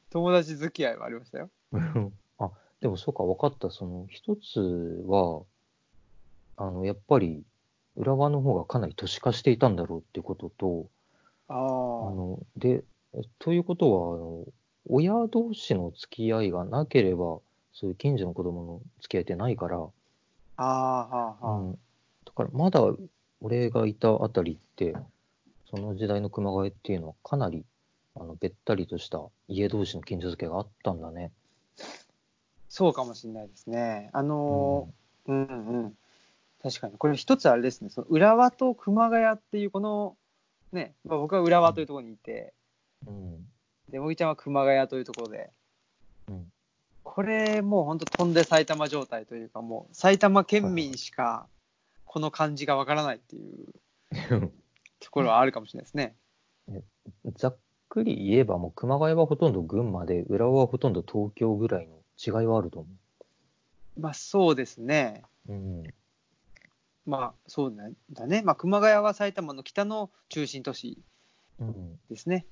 [SPEAKER 1] 友達付き合いはありましたよ。
[SPEAKER 2] あ、でもそうか、分かった。その一つは、あの、やっぱり、浦和の方がかなり都市化していたんだろうっていうことと、
[SPEAKER 1] ああ。
[SPEAKER 2] あのでということはあの親同士の付き合いがなければそういう近所の子供の付き合いってないから、
[SPEAKER 1] ああ、はあ、
[SPEAKER 2] う
[SPEAKER 1] は
[SPEAKER 2] ん、だからまだ俺がいたあたりってその時代の熊谷っていうのはかなりあのべったりとした家同士の近所付けがあったんだね。
[SPEAKER 1] あ。そうかもしれないですね。あのー、うん、うんうん確かに。これ一つあれですね。その浦和と熊谷っていう、この、ね、まあ、僕は浦和というところにいて、
[SPEAKER 2] うん
[SPEAKER 1] で、もぎちゃんは熊谷というところで、
[SPEAKER 2] うん
[SPEAKER 1] これもう本当飛んで埼玉状態というか、もう埼玉県民しかこの感じがわからないっていう ところはあるかもしれないですね。
[SPEAKER 2] ざっくり言えばもう熊谷はほとんど群馬で浦和はほとんど東京ぐらいの違いはあると思
[SPEAKER 1] まあそうですね。
[SPEAKER 2] う。うん
[SPEAKER 1] まあそうなんだね。まあ熊谷は埼玉の北の中心都市
[SPEAKER 2] うん、
[SPEAKER 1] ですね。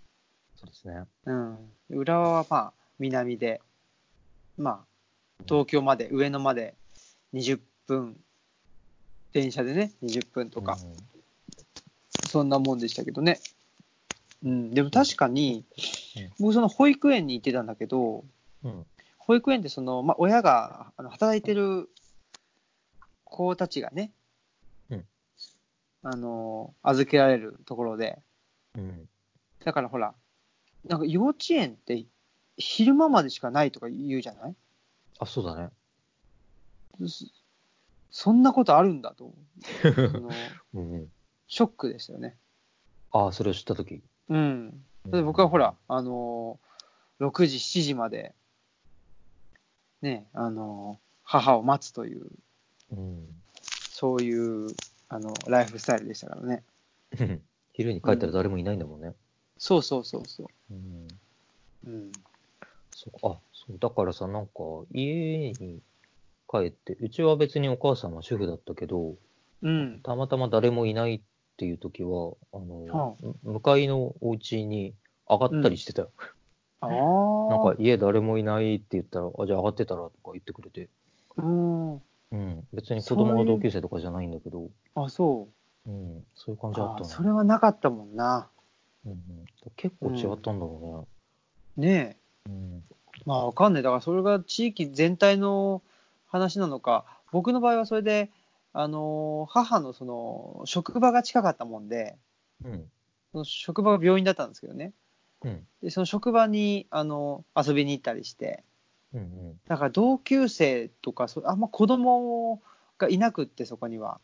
[SPEAKER 2] そうですね。
[SPEAKER 1] うん。浦和はまあ南で、まあ東京まで、上野まで20分、電車でね、20分とか。
[SPEAKER 2] うん
[SPEAKER 1] そんなもんでしたけどね。うん、でも確かに、僕、その保育園に行ってたんだけど、
[SPEAKER 2] うん
[SPEAKER 1] 保育園ってその、まあ、親があの働いてる子たちがね、
[SPEAKER 2] うん
[SPEAKER 1] あの、預けられるところで、
[SPEAKER 2] うん
[SPEAKER 1] だからほら、なんか幼稚園って昼間までしかないとか言うじゃない
[SPEAKER 2] あ、そうだね。
[SPEAKER 1] そそんなことあるんだと、そ の
[SPEAKER 2] うんうん、
[SPEAKER 1] ショックでしたよね。
[SPEAKER 2] あ、それを知ったとき。
[SPEAKER 1] うん。だって僕はほら、あのー6時、7時まで、ね、あのー母を待つという、
[SPEAKER 2] うん、
[SPEAKER 1] そういう、あの、ライフスタイルでしたからね。
[SPEAKER 2] 昼に帰ったら誰もいないんだもんね。
[SPEAKER 1] そうそうそうそう。
[SPEAKER 2] うん
[SPEAKER 1] うん。
[SPEAKER 2] そうかあそうだからさなんか家に帰ってうちは別にお母さんは主婦だったけど
[SPEAKER 1] うん。
[SPEAKER 2] たまたま誰もいないっていう時はあの、
[SPEAKER 1] は
[SPEAKER 2] む向かいのお家に上がったりしてたよ、
[SPEAKER 1] ああ。
[SPEAKER 2] なんか家誰もいないって言ったらあじゃあ上がってたらとか言ってくれて、
[SPEAKER 1] うん。
[SPEAKER 2] うん、別に子
[SPEAKER 1] そういう
[SPEAKER 2] 供が同級生とかじゃないんだけど
[SPEAKER 1] あ、そう。
[SPEAKER 2] そう,、ん、そういう感じだっ
[SPEAKER 1] あ
[SPEAKER 2] た
[SPEAKER 1] ー
[SPEAKER 2] ね
[SPEAKER 1] それはなかったもんな。
[SPEAKER 2] うんうん、結構違ったんだろ
[SPEAKER 1] ね
[SPEAKER 2] うね、うん
[SPEAKER 1] え。まあ、わかんない。だから、それが地域全体の話なのか、僕の場合はそれで、あのー母のその、職場が近かったもんで、
[SPEAKER 2] うん
[SPEAKER 1] その職場が病院だったんですけどね。
[SPEAKER 2] うん
[SPEAKER 1] で、その職場にあの遊びに行ったりして、
[SPEAKER 2] うんうん
[SPEAKER 1] だから同級生とか、そあんま子供がいなくって、そこには。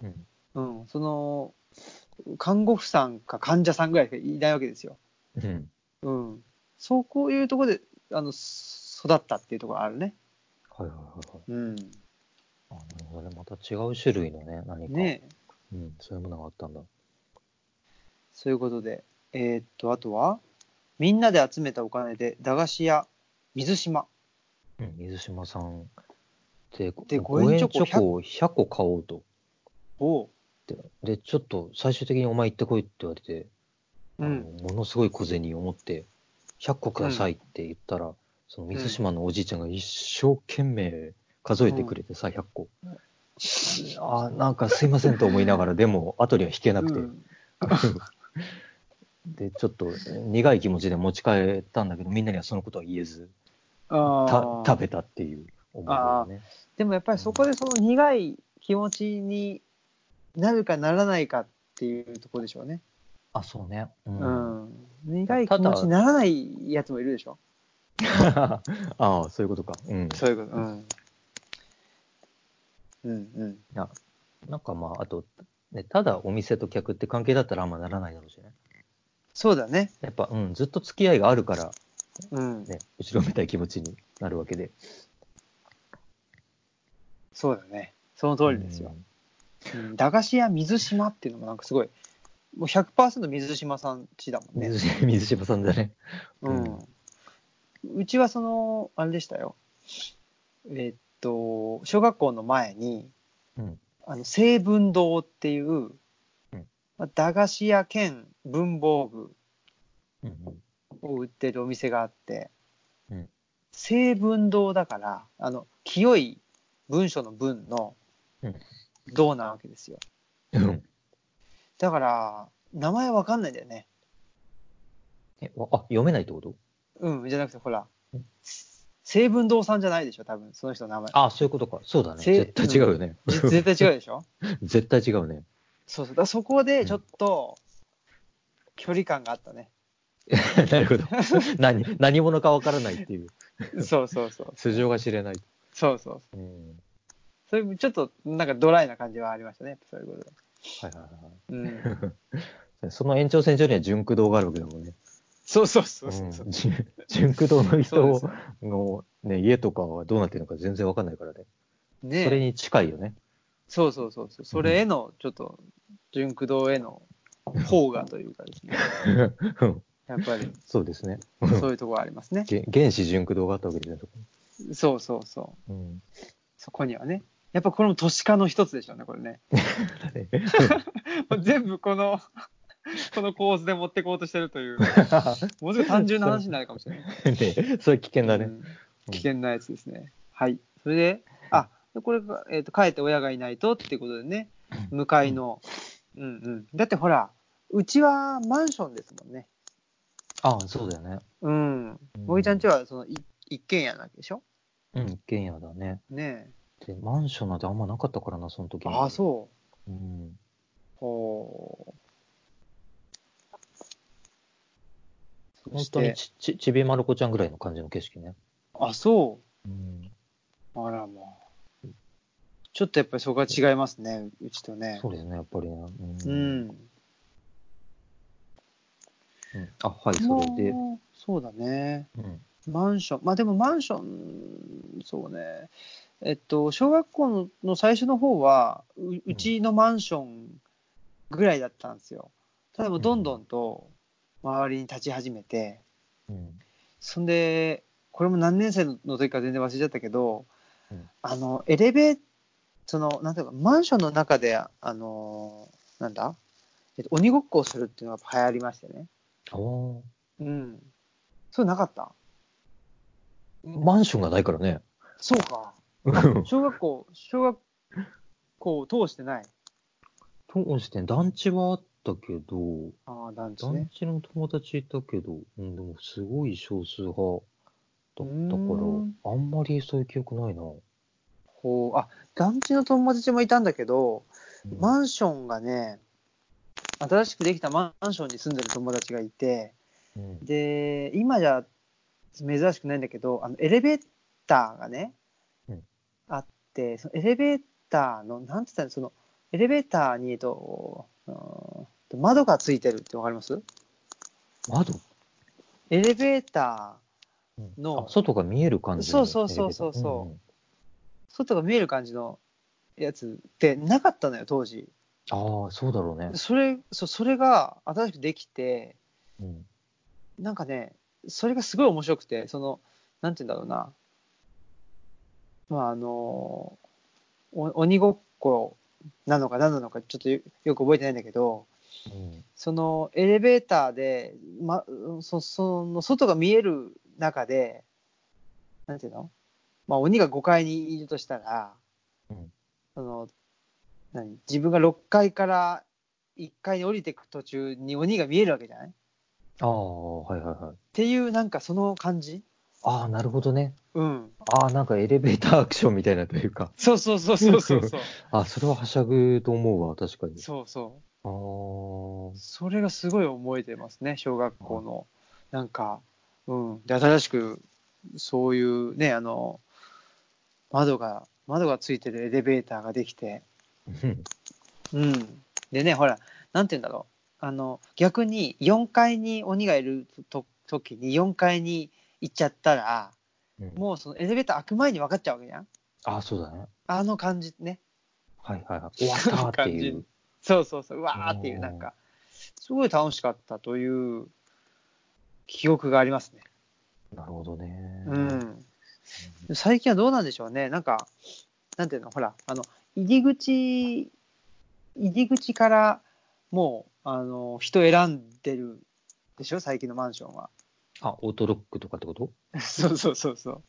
[SPEAKER 2] うん
[SPEAKER 1] うん、その、看護婦さんか患者さんぐらいしかいないわけですよ。
[SPEAKER 2] うん
[SPEAKER 1] うん。そうこういうところで、あの、す育ったっていうところあるね。
[SPEAKER 2] はいはいはいはい
[SPEAKER 1] うん。
[SPEAKER 2] あなるほどねまた違う種類のね何か
[SPEAKER 1] ねえ
[SPEAKER 2] うん、そういうものがあったんだ。
[SPEAKER 1] そういうことで。えーっと、あとは、みんなで集めたお金で駄菓子屋、水島。
[SPEAKER 2] うん、水島さんで、
[SPEAKER 1] で
[SPEAKER 2] 5
[SPEAKER 1] 五円
[SPEAKER 2] 円チ
[SPEAKER 1] チョ
[SPEAKER 2] ョコを100個買おうと。
[SPEAKER 1] を、
[SPEAKER 2] で、でちょっと最終的にお前行ってこいって言われて、
[SPEAKER 1] う
[SPEAKER 2] あ
[SPEAKER 1] ん。
[SPEAKER 2] のものすごい小銭を持って、100個くださいって言ったら、その水島のおじいちゃんが一生懸命数えてくれてさ、100個。あーなんかすいませんと思いながら、でも後には引けなくて。
[SPEAKER 1] うん
[SPEAKER 2] で、ちょっと苦い気持ちで持ち帰ったんだけど、みんなにはそのことは言えず、
[SPEAKER 1] あ
[SPEAKER 2] た
[SPEAKER 1] ー
[SPEAKER 2] 食べたっていう思いだね。
[SPEAKER 1] でもやっぱりそこでその苦い気持ちになるかならないかっていうところでしょうね。
[SPEAKER 2] あ、そうね。う。
[SPEAKER 1] うんん。苦い気持ちにならないやつもいるでしょ。
[SPEAKER 2] ああ、そういうことか。うん。
[SPEAKER 1] そういうこと。うん。うんうん。
[SPEAKER 2] ななんかまあ、あと、ね、ただお店と客って関係だったらあんまならないだろうしね。
[SPEAKER 1] そうだね。
[SPEAKER 2] やっぱ、うん、ずっと付き合いがあるから、
[SPEAKER 1] うん。
[SPEAKER 2] ね、後ろめたい気持ちになるわけで。
[SPEAKER 1] そうだね。その通りですよ。うん駄菓子屋水島っていうのもなんかすごい、もう100%水島さんちだも
[SPEAKER 2] うん
[SPEAKER 1] ね。
[SPEAKER 2] ん。水島 水島さんだね。
[SPEAKER 1] う
[SPEAKER 2] うん
[SPEAKER 1] ん。うちはその、あれでしたよ。えっと、小学校の前に、
[SPEAKER 2] うん。
[SPEAKER 1] あの西文堂っていう、
[SPEAKER 2] うん
[SPEAKER 1] まあ駄菓子屋兼文房具
[SPEAKER 2] うん
[SPEAKER 1] を売ってるお店があって、
[SPEAKER 2] うん
[SPEAKER 1] 西文堂だからあの清い文書の文の
[SPEAKER 2] うん
[SPEAKER 1] 堂なわけですよ
[SPEAKER 2] うん。
[SPEAKER 1] だから名前わかんないんだよね
[SPEAKER 2] え、わあ、読めないってこと
[SPEAKER 1] うん、じゃなくて、ほら、成文堂さんじゃないでしょ、多分その人の名前。
[SPEAKER 2] あ、そういうことか。そうだね。
[SPEAKER 1] せ
[SPEAKER 2] 絶対違うよね。
[SPEAKER 1] じ絶対違うでしょ
[SPEAKER 2] 絶対違うね。
[SPEAKER 1] そうそう。だからそこで、ちょっと、距離感があったね。
[SPEAKER 2] なるほ ど。何、何者かわからないっていう。
[SPEAKER 1] そうそうそう。
[SPEAKER 2] 素性が知れない。
[SPEAKER 1] そうそう。
[SPEAKER 2] うん。
[SPEAKER 1] それもちょっと、なんかドライな感じはありましたね、やっぱそういうことで。
[SPEAKER 2] はいはいはいはい。
[SPEAKER 1] うん。
[SPEAKER 2] その延長線上には純駆動があるわけだもんね。
[SPEAKER 1] そうそうそうそうそう
[SPEAKER 2] うん純純駆動の人
[SPEAKER 1] そう
[SPEAKER 2] の、ね、家とかはどうなってるのか全然わかんないからね。
[SPEAKER 1] ね
[SPEAKER 2] それに近いよ ね。
[SPEAKER 1] そうそうそうそう。それへの、ちょっと、純駆動への、方がというかですね。
[SPEAKER 2] うん
[SPEAKER 1] やっぱり、
[SPEAKER 2] そうですね。
[SPEAKER 1] そういうところありますね。
[SPEAKER 2] げ原始純駆動があったわけですね。そこ
[SPEAKER 1] そうそうそう。
[SPEAKER 2] うん、
[SPEAKER 1] そこにはね。やっぱこれも都市化の一つでしょうね、これね。 全部この、 この構図で持ってこうとしてるという、もうすぐ単純な話になるかもしれない。
[SPEAKER 2] ねそれ危険だ
[SPEAKER 1] う
[SPEAKER 2] ね。
[SPEAKER 1] ん危険なやつですね。はい。それで、あ、でこれが、えっ、と、帰って親がいないとっていうことでね、向かいの、うんうん。だってほら、うちはマンションですもんね。
[SPEAKER 2] ああ、そうだよね。
[SPEAKER 1] うん。
[SPEAKER 2] うん
[SPEAKER 1] もぎちゃんちは、その、い一軒家なわけでしょ
[SPEAKER 2] うん、一軒家だね。
[SPEAKER 1] ね
[SPEAKER 2] で、マンションなんてあんまなかったからな、その時
[SPEAKER 1] え。ああ、
[SPEAKER 2] う。
[SPEAKER 1] そう。
[SPEAKER 2] うん、
[SPEAKER 1] ほう。そ
[SPEAKER 2] 本
[SPEAKER 1] し
[SPEAKER 2] 当に
[SPEAKER 1] て、
[SPEAKER 2] ちちちびまる子ちゃんぐらいの感じの景色ね。
[SPEAKER 1] あ、そう。
[SPEAKER 2] うん、
[SPEAKER 1] あらまあ。ちょっとやっぱりそこは違いますね、うちとね。
[SPEAKER 2] そうですね、やっぱりね。う。
[SPEAKER 1] うんん。
[SPEAKER 2] うんあ、はい、それで。
[SPEAKER 1] まあそうだね。
[SPEAKER 2] うん
[SPEAKER 1] マンション。まあでもマンション、そうね。えっと、小学校の最初の方はう、うちのマンションぐらいだったんですよ。ただもうどんどんと周りに立ち始めて、
[SPEAKER 2] うん
[SPEAKER 1] そんで、これも何年生の時か全然忘れちゃったけど、
[SPEAKER 2] うん
[SPEAKER 1] あの、エレベー、その、なんていうか、マンションの中で、あの、なんだ、えっと、鬼ごっこをするっていうのが流行りましてね。
[SPEAKER 2] お
[SPEAKER 1] うん。そうなかった
[SPEAKER 2] ーマンションがないからね。
[SPEAKER 1] そうか。
[SPEAKER 2] うん
[SPEAKER 1] 小学校、小学校を通してない。
[SPEAKER 2] 当時ね、団地はあったけど、
[SPEAKER 1] ああ、団地
[SPEAKER 2] 団
[SPEAKER 1] ね。
[SPEAKER 2] 地の友達いたけど、うん、でもすごい少数派だった
[SPEAKER 1] うーん
[SPEAKER 2] から、あんまりそういう記憶ないな。
[SPEAKER 1] こう、あ、団地の友達もいたんだけど、マ
[SPEAKER 2] ン
[SPEAKER 1] ンションがね、新しくできたマンションに住んでる友達がいて、
[SPEAKER 2] うん
[SPEAKER 1] で、今じゃ珍しくないんだけど、あのエレベーターがね、
[SPEAKER 2] うん
[SPEAKER 1] あって、そのエレベーターの、なんて言ったら、その、エレベーターに、えっと、うーんと窓がついてるってわかります
[SPEAKER 2] 窓
[SPEAKER 1] エレベータ
[SPEAKER 2] の
[SPEAKER 1] の
[SPEAKER 2] 外が見える感じの
[SPEAKER 1] そうそうそうそうそう、外が見える感じのやつってなかったのよ、当時。
[SPEAKER 2] エレベーターうんうんああ、そうだろうね。
[SPEAKER 1] それ、そそれが新しくできて、
[SPEAKER 2] うん
[SPEAKER 1] なんかね、それがすごい面白くて、その、なんて言うんだろうな。まあ、あの、お鬼ごっこなのか何なのか、ちょっとよよく覚えてないんだけど、
[SPEAKER 2] うん
[SPEAKER 1] そのエレベーターで、ま、そその外が見える中で、なんていうのまあ、鬼が5階にいるとしたら、
[SPEAKER 2] うん
[SPEAKER 1] その何自分が6階から1階に降りていく途中に鬼が見えるわけじゃないっ
[SPEAKER 2] ああ、はいはいはい。
[SPEAKER 1] ていう、なんかその感じ
[SPEAKER 2] ああ、なるほどね。
[SPEAKER 1] うん。
[SPEAKER 2] ああ、なんかエレベーターアクションみたいなというか。
[SPEAKER 1] そうそうそうそうそうそう。
[SPEAKER 2] あそれははしゃぐと思うわ、確かに。
[SPEAKER 1] そうそ
[SPEAKER 2] あー
[SPEAKER 1] う。それがすごい覚えてますね、小学校の。なんか、うん。で、新しく、そういうね、あの、窓が、窓がついてるエレベーターができて、
[SPEAKER 2] うん
[SPEAKER 1] うん。でね、ほら、なんて言うんだろう。あの、逆に4階に鬼がいると時に4階に行っちゃったら、
[SPEAKER 2] うん
[SPEAKER 1] もうそのエレベーター開く前に分かっちゃうわけじゃん
[SPEAKER 2] ああ、そうだね。
[SPEAKER 1] あの感じね。
[SPEAKER 2] はいはいはい。終わったって
[SPEAKER 1] 感
[SPEAKER 2] いう
[SPEAKER 1] じ。そうそうそう、うわーってい
[SPEAKER 2] お
[SPEAKER 1] う、
[SPEAKER 2] ー
[SPEAKER 1] なんか、すごい楽しかったという記憶がありますね。
[SPEAKER 2] なるほどね。
[SPEAKER 1] うん。最近はどうなんでしょうね。なんか、なんていうの、ほら、あの、入り口、入り口からもう、あの、人選んでるでしょ、最近のマンションは。
[SPEAKER 2] あ、オートロックとかってこと
[SPEAKER 1] そうそうそうそう。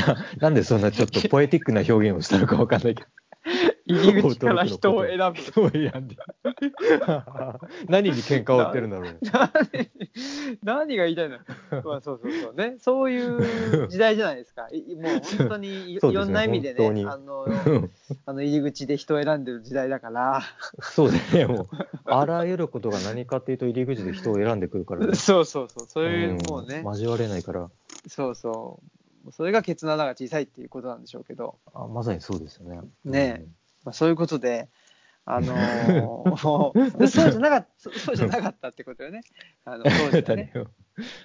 [SPEAKER 2] ななんでそんなちょっとポエティックな表現をしたのかわかんないけど。
[SPEAKER 1] 入り口から人を選ぶ。
[SPEAKER 2] 人を選んで。 何に喧嘩を売ってるんだろう。
[SPEAKER 1] 何が言いたいのまあそうそうそうね。そういう時代じゃないですか。いもう本当にい
[SPEAKER 2] そう
[SPEAKER 1] い
[SPEAKER 2] で
[SPEAKER 1] ろ
[SPEAKER 2] すね
[SPEAKER 1] んな意味で
[SPEAKER 2] 本当に
[SPEAKER 1] ね、あの、あの入り口で人を選んでる時代だから。
[SPEAKER 2] そうですね、もう、あらゆることが何かっていうと、入り口で人を選んでくるから、ね、
[SPEAKER 1] そうそうそう。そういう、
[SPEAKER 2] ん
[SPEAKER 1] もうね、
[SPEAKER 2] 交われないから
[SPEAKER 1] そうそう。それがケツの穴が小さいっていうことなんでしょうけど、
[SPEAKER 2] あ、まさにそうですよね。
[SPEAKER 1] ねまあ、そういうことで、あのーも うそうじゃなかった、そうじゃなかったってことよね。あの、当
[SPEAKER 2] う
[SPEAKER 1] 時
[SPEAKER 2] ん、
[SPEAKER 1] はね。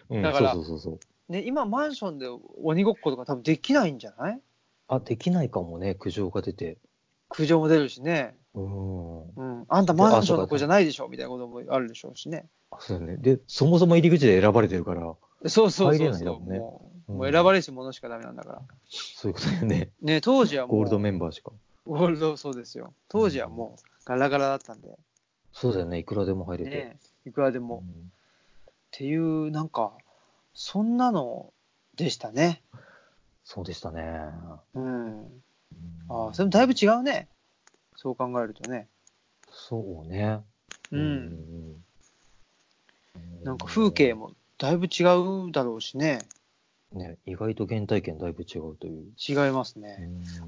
[SPEAKER 2] うん、
[SPEAKER 1] だから
[SPEAKER 2] そうそうそうそう。
[SPEAKER 1] ね、今マンションで鬼ごっことか多分できないんじゃない
[SPEAKER 2] あ、できないかもね、苦情が出て。
[SPEAKER 1] 苦情も出るしね。
[SPEAKER 2] うん。
[SPEAKER 1] うん、あんたマンションの子じゃないでしょみたいなこともあるでしょうしね。
[SPEAKER 2] あそうだね。で、そもそも入り口で選ばれてるから、
[SPEAKER 1] そうそう
[SPEAKER 2] 入
[SPEAKER 1] そ
[SPEAKER 2] れ
[SPEAKER 1] う
[SPEAKER 2] ない
[SPEAKER 1] そ
[SPEAKER 2] だ
[SPEAKER 1] う
[SPEAKER 2] もんね
[SPEAKER 1] もう、
[SPEAKER 2] うん
[SPEAKER 1] もう選ばれし者しかダメなんだから。
[SPEAKER 2] そういうことだ よね。
[SPEAKER 1] ね当時はもう、
[SPEAKER 2] ゴールドメンバーしか。
[SPEAKER 1] ゴールドそうですよ。当時はもうガラガラだったんで、
[SPEAKER 2] そうだよね、いくらでも入れて。
[SPEAKER 1] ね、いくらで
[SPEAKER 2] う
[SPEAKER 1] も。っ
[SPEAKER 2] ん
[SPEAKER 1] ていう、なんか、そんなのでしたね。
[SPEAKER 2] そうでしたね。
[SPEAKER 1] うん。
[SPEAKER 2] うん
[SPEAKER 1] ああ、それもだいぶ違うね。そう考えるとね。
[SPEAKER 2] そうね。
[SPEAKER 1] うん。
[SPEAKER 2] う
[SPEAKER 1] なんか風景。もだいぶ違うだろうしね。
[SPEAKER 2] ね、意外と原体験だいぶ違うという。
[SPEAKER 1] 違いますね。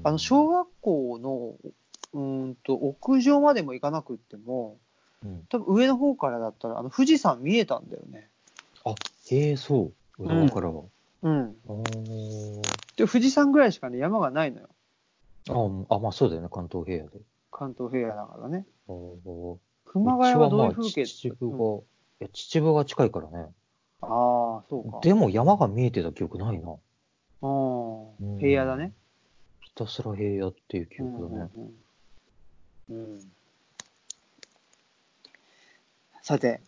[SPEAKER 2] うん
[SPEAKER 1] あの、小学校の、うーんと、屋上までも行かなくっても、
[SPEAKER 2] うん
[SPEAKER 1] 多分上の方からだったらあの富士山見えたんだよね。
[SPEAKER 2] あ、ええそう。裏側からは。
[SPEAKER 1] うん、
[SPEAKER 2] あー
[SPEAKER 1] で富士山ぐらいしかね山がないのよ
[SPEAKER 2] あうんあ、まあそうだよね、関東平野で。
[SPEAKER 1] 関東平野だからね。
[SPEAKER 2] あー
[SPEAKER 1] 熊谷はどういう風景
[SPEAKER 2] うちはまあ秩父が、
[SPEAKER 1] うん
[SPEAKER 2] いや、秩父が近いからね。
[SPEAKER 1] ああそうか。
[SPEAKER 2] でも山が見えてた記憶ないな。
[SPEAKER 1] う
[SPEAKER 2] うんん
[SPEAKER 1] 平野だね。
[SPEAKER 2] ひたすら平野っていう記
[SPEAKER 1] うんう
[SPEAKER 2] 憶だね
[SPEAKER 1] ん。うんうんさ て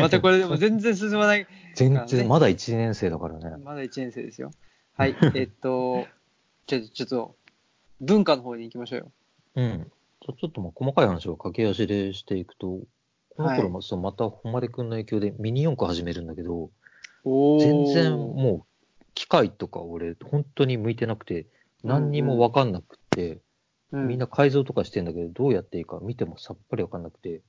[SPEAKER 1] またこれでも全然進まない
[SPEAKER 2] 全
[SPEAKER 1] そうだ
[SPEAKER 2] 然、
[SPEAKER 1] ね
[SPEAKER 2] まだ1年生だからね。
[SPEAKER 1] まだ1年生ですよ。 はいえっとちょっとちょっと文化の方に行きましょうよ。
[SPEAKER 2] うん。ちょちょっとまあ細かい話を駆け足でしていくと、この頃もそうまた誉くんの影響でミニ四駆始めるんだけど、
[SPEAKER 1] お
[SPEAKER 2] 全然もう機械とか俺、本当に向いてなくて、何にも分かんなくて、
[SPEAKER 1] う
[SPEAKER 2] みんな改造とかしてんだけど、どうやっていいか見てもさっぱり分かんなくて、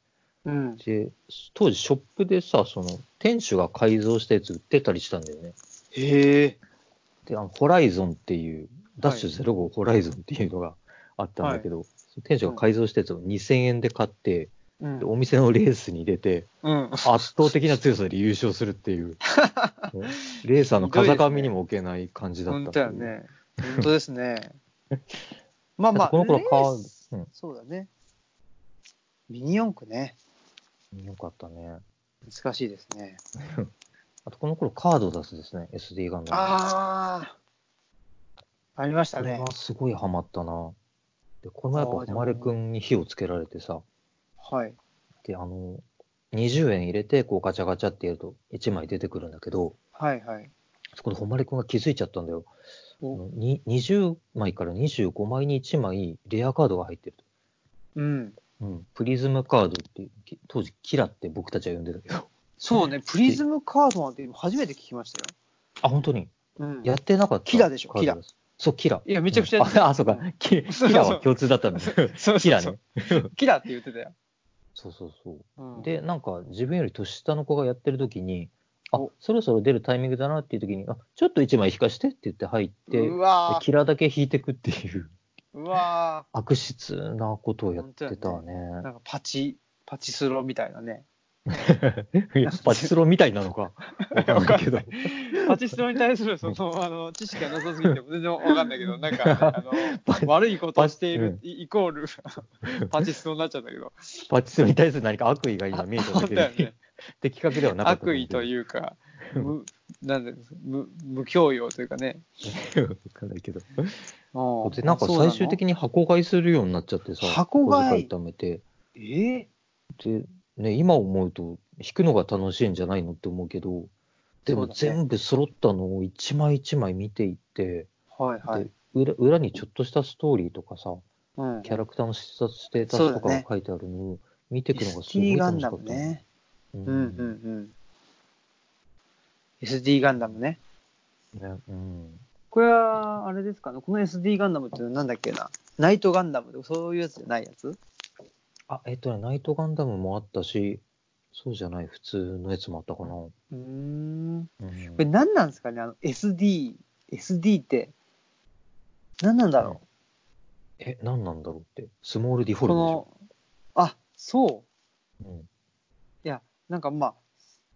[SPEAKER 1] うん
[SPEAKER 2] で、当時ショップでさ、その、店主が改造したやつ売ってたりしたんだよね。
[SPEAKER 1] へえ
[SPEAKER 2] で、あの、ホライゾンっていう、ダッシ
[SPEAKER 1] は
[SPEAKER 2] ュ05ホライゾンっていうのがあったんだけど、店主が改造したやつを2000円で買って、
[SPEAKER 1] うん
[SPEAKER 2] でお店のレースに出て、
[SPEAKER 1] うん
[SPEAKER 2] 圧倒的な強さで優勝するって いう、もうレーサーの風上にも置けない感じだった
[SPEAKER 1] 本
[SPEAKER 2] って
[SPEAKER 1] 当
[SPEAKER 2] い
[SPEAKER 1] や
[SPEAKER 2] う。
[SPEAKER 1] ね。本当です ね。まあまあ、
[SPEAKER 2] この頃カ
[SPEAKER 1] レ
[SPEAKER 2] ー
[SPEAKER 1] ス
[SPEAKER 2] うん
[SPEAKER 1] そうだね。ミニ四駆ね、
[SPEAKER 2] よかったね。
[SPEAKER 1] 難しいですね。
[SPEAKER 2] あと、この頃カード出すですね、SD ガンダム。
[SPEAKER 1] ああ、ありました
[SPEAKER 2] これ
[SPEAKER 1] ね
[SPEAKER 2] は。すごいハマったな。で、これもやっ
[SPEAKER 1] あー
[SPEAKER 2] ぱ、誉くんに火をつけられてさ、
[SPEAKER 1] はい。
[SPEAKER 2] で、あの、20円入れて、こうガチャガチャってやると1枚出てくるんだけど、
[SPEAKER 1] はいはい。
[SPEAKER 2] そこで誉くんが気づいちゃったんだよ。あ
[SPEAKER 1] お
[SPEAKER 2] のに20枚から25枚に1枚レアカードが入ってると。
[SPEAKER 1] うん。
[SPEAKER 2] うん、プリズムカードっていう、き当時キラって僕たちは呼んでたけど。
[SPEAKER 1] そう ね、プリズムカードなんて今初めて聞きました
[SPEAKER 2] あ、本当に
[SPEAKER 1] よ。うん。
[SPEAKER 2] やってなかった。
[SPEAKER 1] キラでしょ
[SPEAKER 2] カードす。そう、キラ。
[SPEAKER 1] いやめちゃくちゃ
[SPEAKER 2] う
[SPEAKER 1] やっ
[SPEAKER 2] ん
[SPEAKER 1] てた
[SPEAKER 2] あ、あそうか。キキラは共通だったん だ。
[SPEAKER 1] そうそうそう
[SPEAKER 2] キラね。
[SPEAKER 1] キラって言ってたよ。
[SPEAKER 2] そうそうそう。
[SPEAKER 1] うん、
[SPEAKER 2] で、なんか自分より年下の子がやってる時に、あ
[SPEAKER 1] お、
[SPEAKER 2] そろそろ出るタイミングだなっていう時に、あ、ちょっと1枚引かしてって言って入って、
[SPEAKER 1] うわ
[SPEAKER 2] でキラだけ引いてくっていう、
[SPEAKER 1] ーうわ
[SPEAKER 2] 悪質なことをやってた
[SPEAKER 1] 本
[SPEAKER 2] ね。
[SPEAKER 1] ーなんかパチ、パチスロみたいなね。
[SPEAKER 2] いや、パチスロみたい なのか。わかんないけど。
[SPEAKER 1] パチスロに対するそのあの知識がなさすぎても全然わかんない けど、なんか、あ
[SPEAKER 2] パ
[SPEAKER 1] の悪いことをしてい
[SPEAKER 2] パ
[SPEAKER 1] るイイコ ールパチスロになっちゃうんだけど、
[SPEAKER 2] パチスロに対する何か悪意が今見えただ
[SPEAKER 1] 本
[SPEAKER 2] け
[SPEAKER 1] 当だよ
[SPEAKER 2] で
[SPEAKER 1] ね、、
[SPEAKER 2] 的確ではなかった。
[SPEAKER 1] 悪意と
[SPEAKER 2] う。
[SPEAKER 1] いうか、無なんで無無教養というかね。
[SPEAKER 2] わかんないけど。で、
[SPEAKER 1] で
[SPEAKER 2] なんか最終的に箱買いするようになっちゃってさ、
[SPEAKER 1] 箱買い
[SPEAKER 2] 小遣貯めて。
[SPEAKER 1] に、え
[SPEAKER 2] で、ね、今思うと、弾くのが楽しいんじゃないのって思うけど、で
[SPEAKER 1] そ
[SPEAKER 2] も
[SPEAKER 1] うだね
[SPEAKER 2] 全部揃ったのを一枚一枚見ていって、
[SPEAKER 1] ーはいは
[SPEAKER 2] で
[SPEAKER 1] い。
[SPEAKER 2] 裏裏にちょっとしたストーリーとかさ、
[SPEAKER 1] うん、
[SPEAKER 2] キャラクターのステータスステータスとかが書いてあるのを見ていくのがすごい
[SPEAKER 1] SD ガ
[SPEAKER 2] 楽
[SPEAKER 1] ン
[SPEAKER 2] しか
[SPEAKER 1] ダ
[SPEAKER 2] った
[SPEAKER 1] ム。ね。
[SPEAKER 2] う
[SPEAKER 1] うんうんうん。SD ガンダムね。
[SPEAKER 2] ね、うん。
[SPEAKER 1] これは、あれですかね、この SD ガンダムっていうのはなんだっけな、ナイトガンダムとかそういうやつじゃないやつ
[SPEAKER 2] あ、えっとね、ナイトガンダムもあったし、そうじゃない、普通のやつもあったかな。
[SPEAKER 1] うーん。
[SPEAKER 2] うん
[SPEAKER 1] これ何なんですかね、あの SD、SD って、何なんだろ
[SPEAKER 2] え、何なんだろうって。スモールディフ
[SPEAKER 1] う
[SPEAKER 2] ォ
[SPEAKER 1] こ
[SPEAKER 2] ルメでしょ
[SPEAKER 1] の、あ、そう。
[SPEAKER 2] うん
[SPEAKER 1] なんかまあ、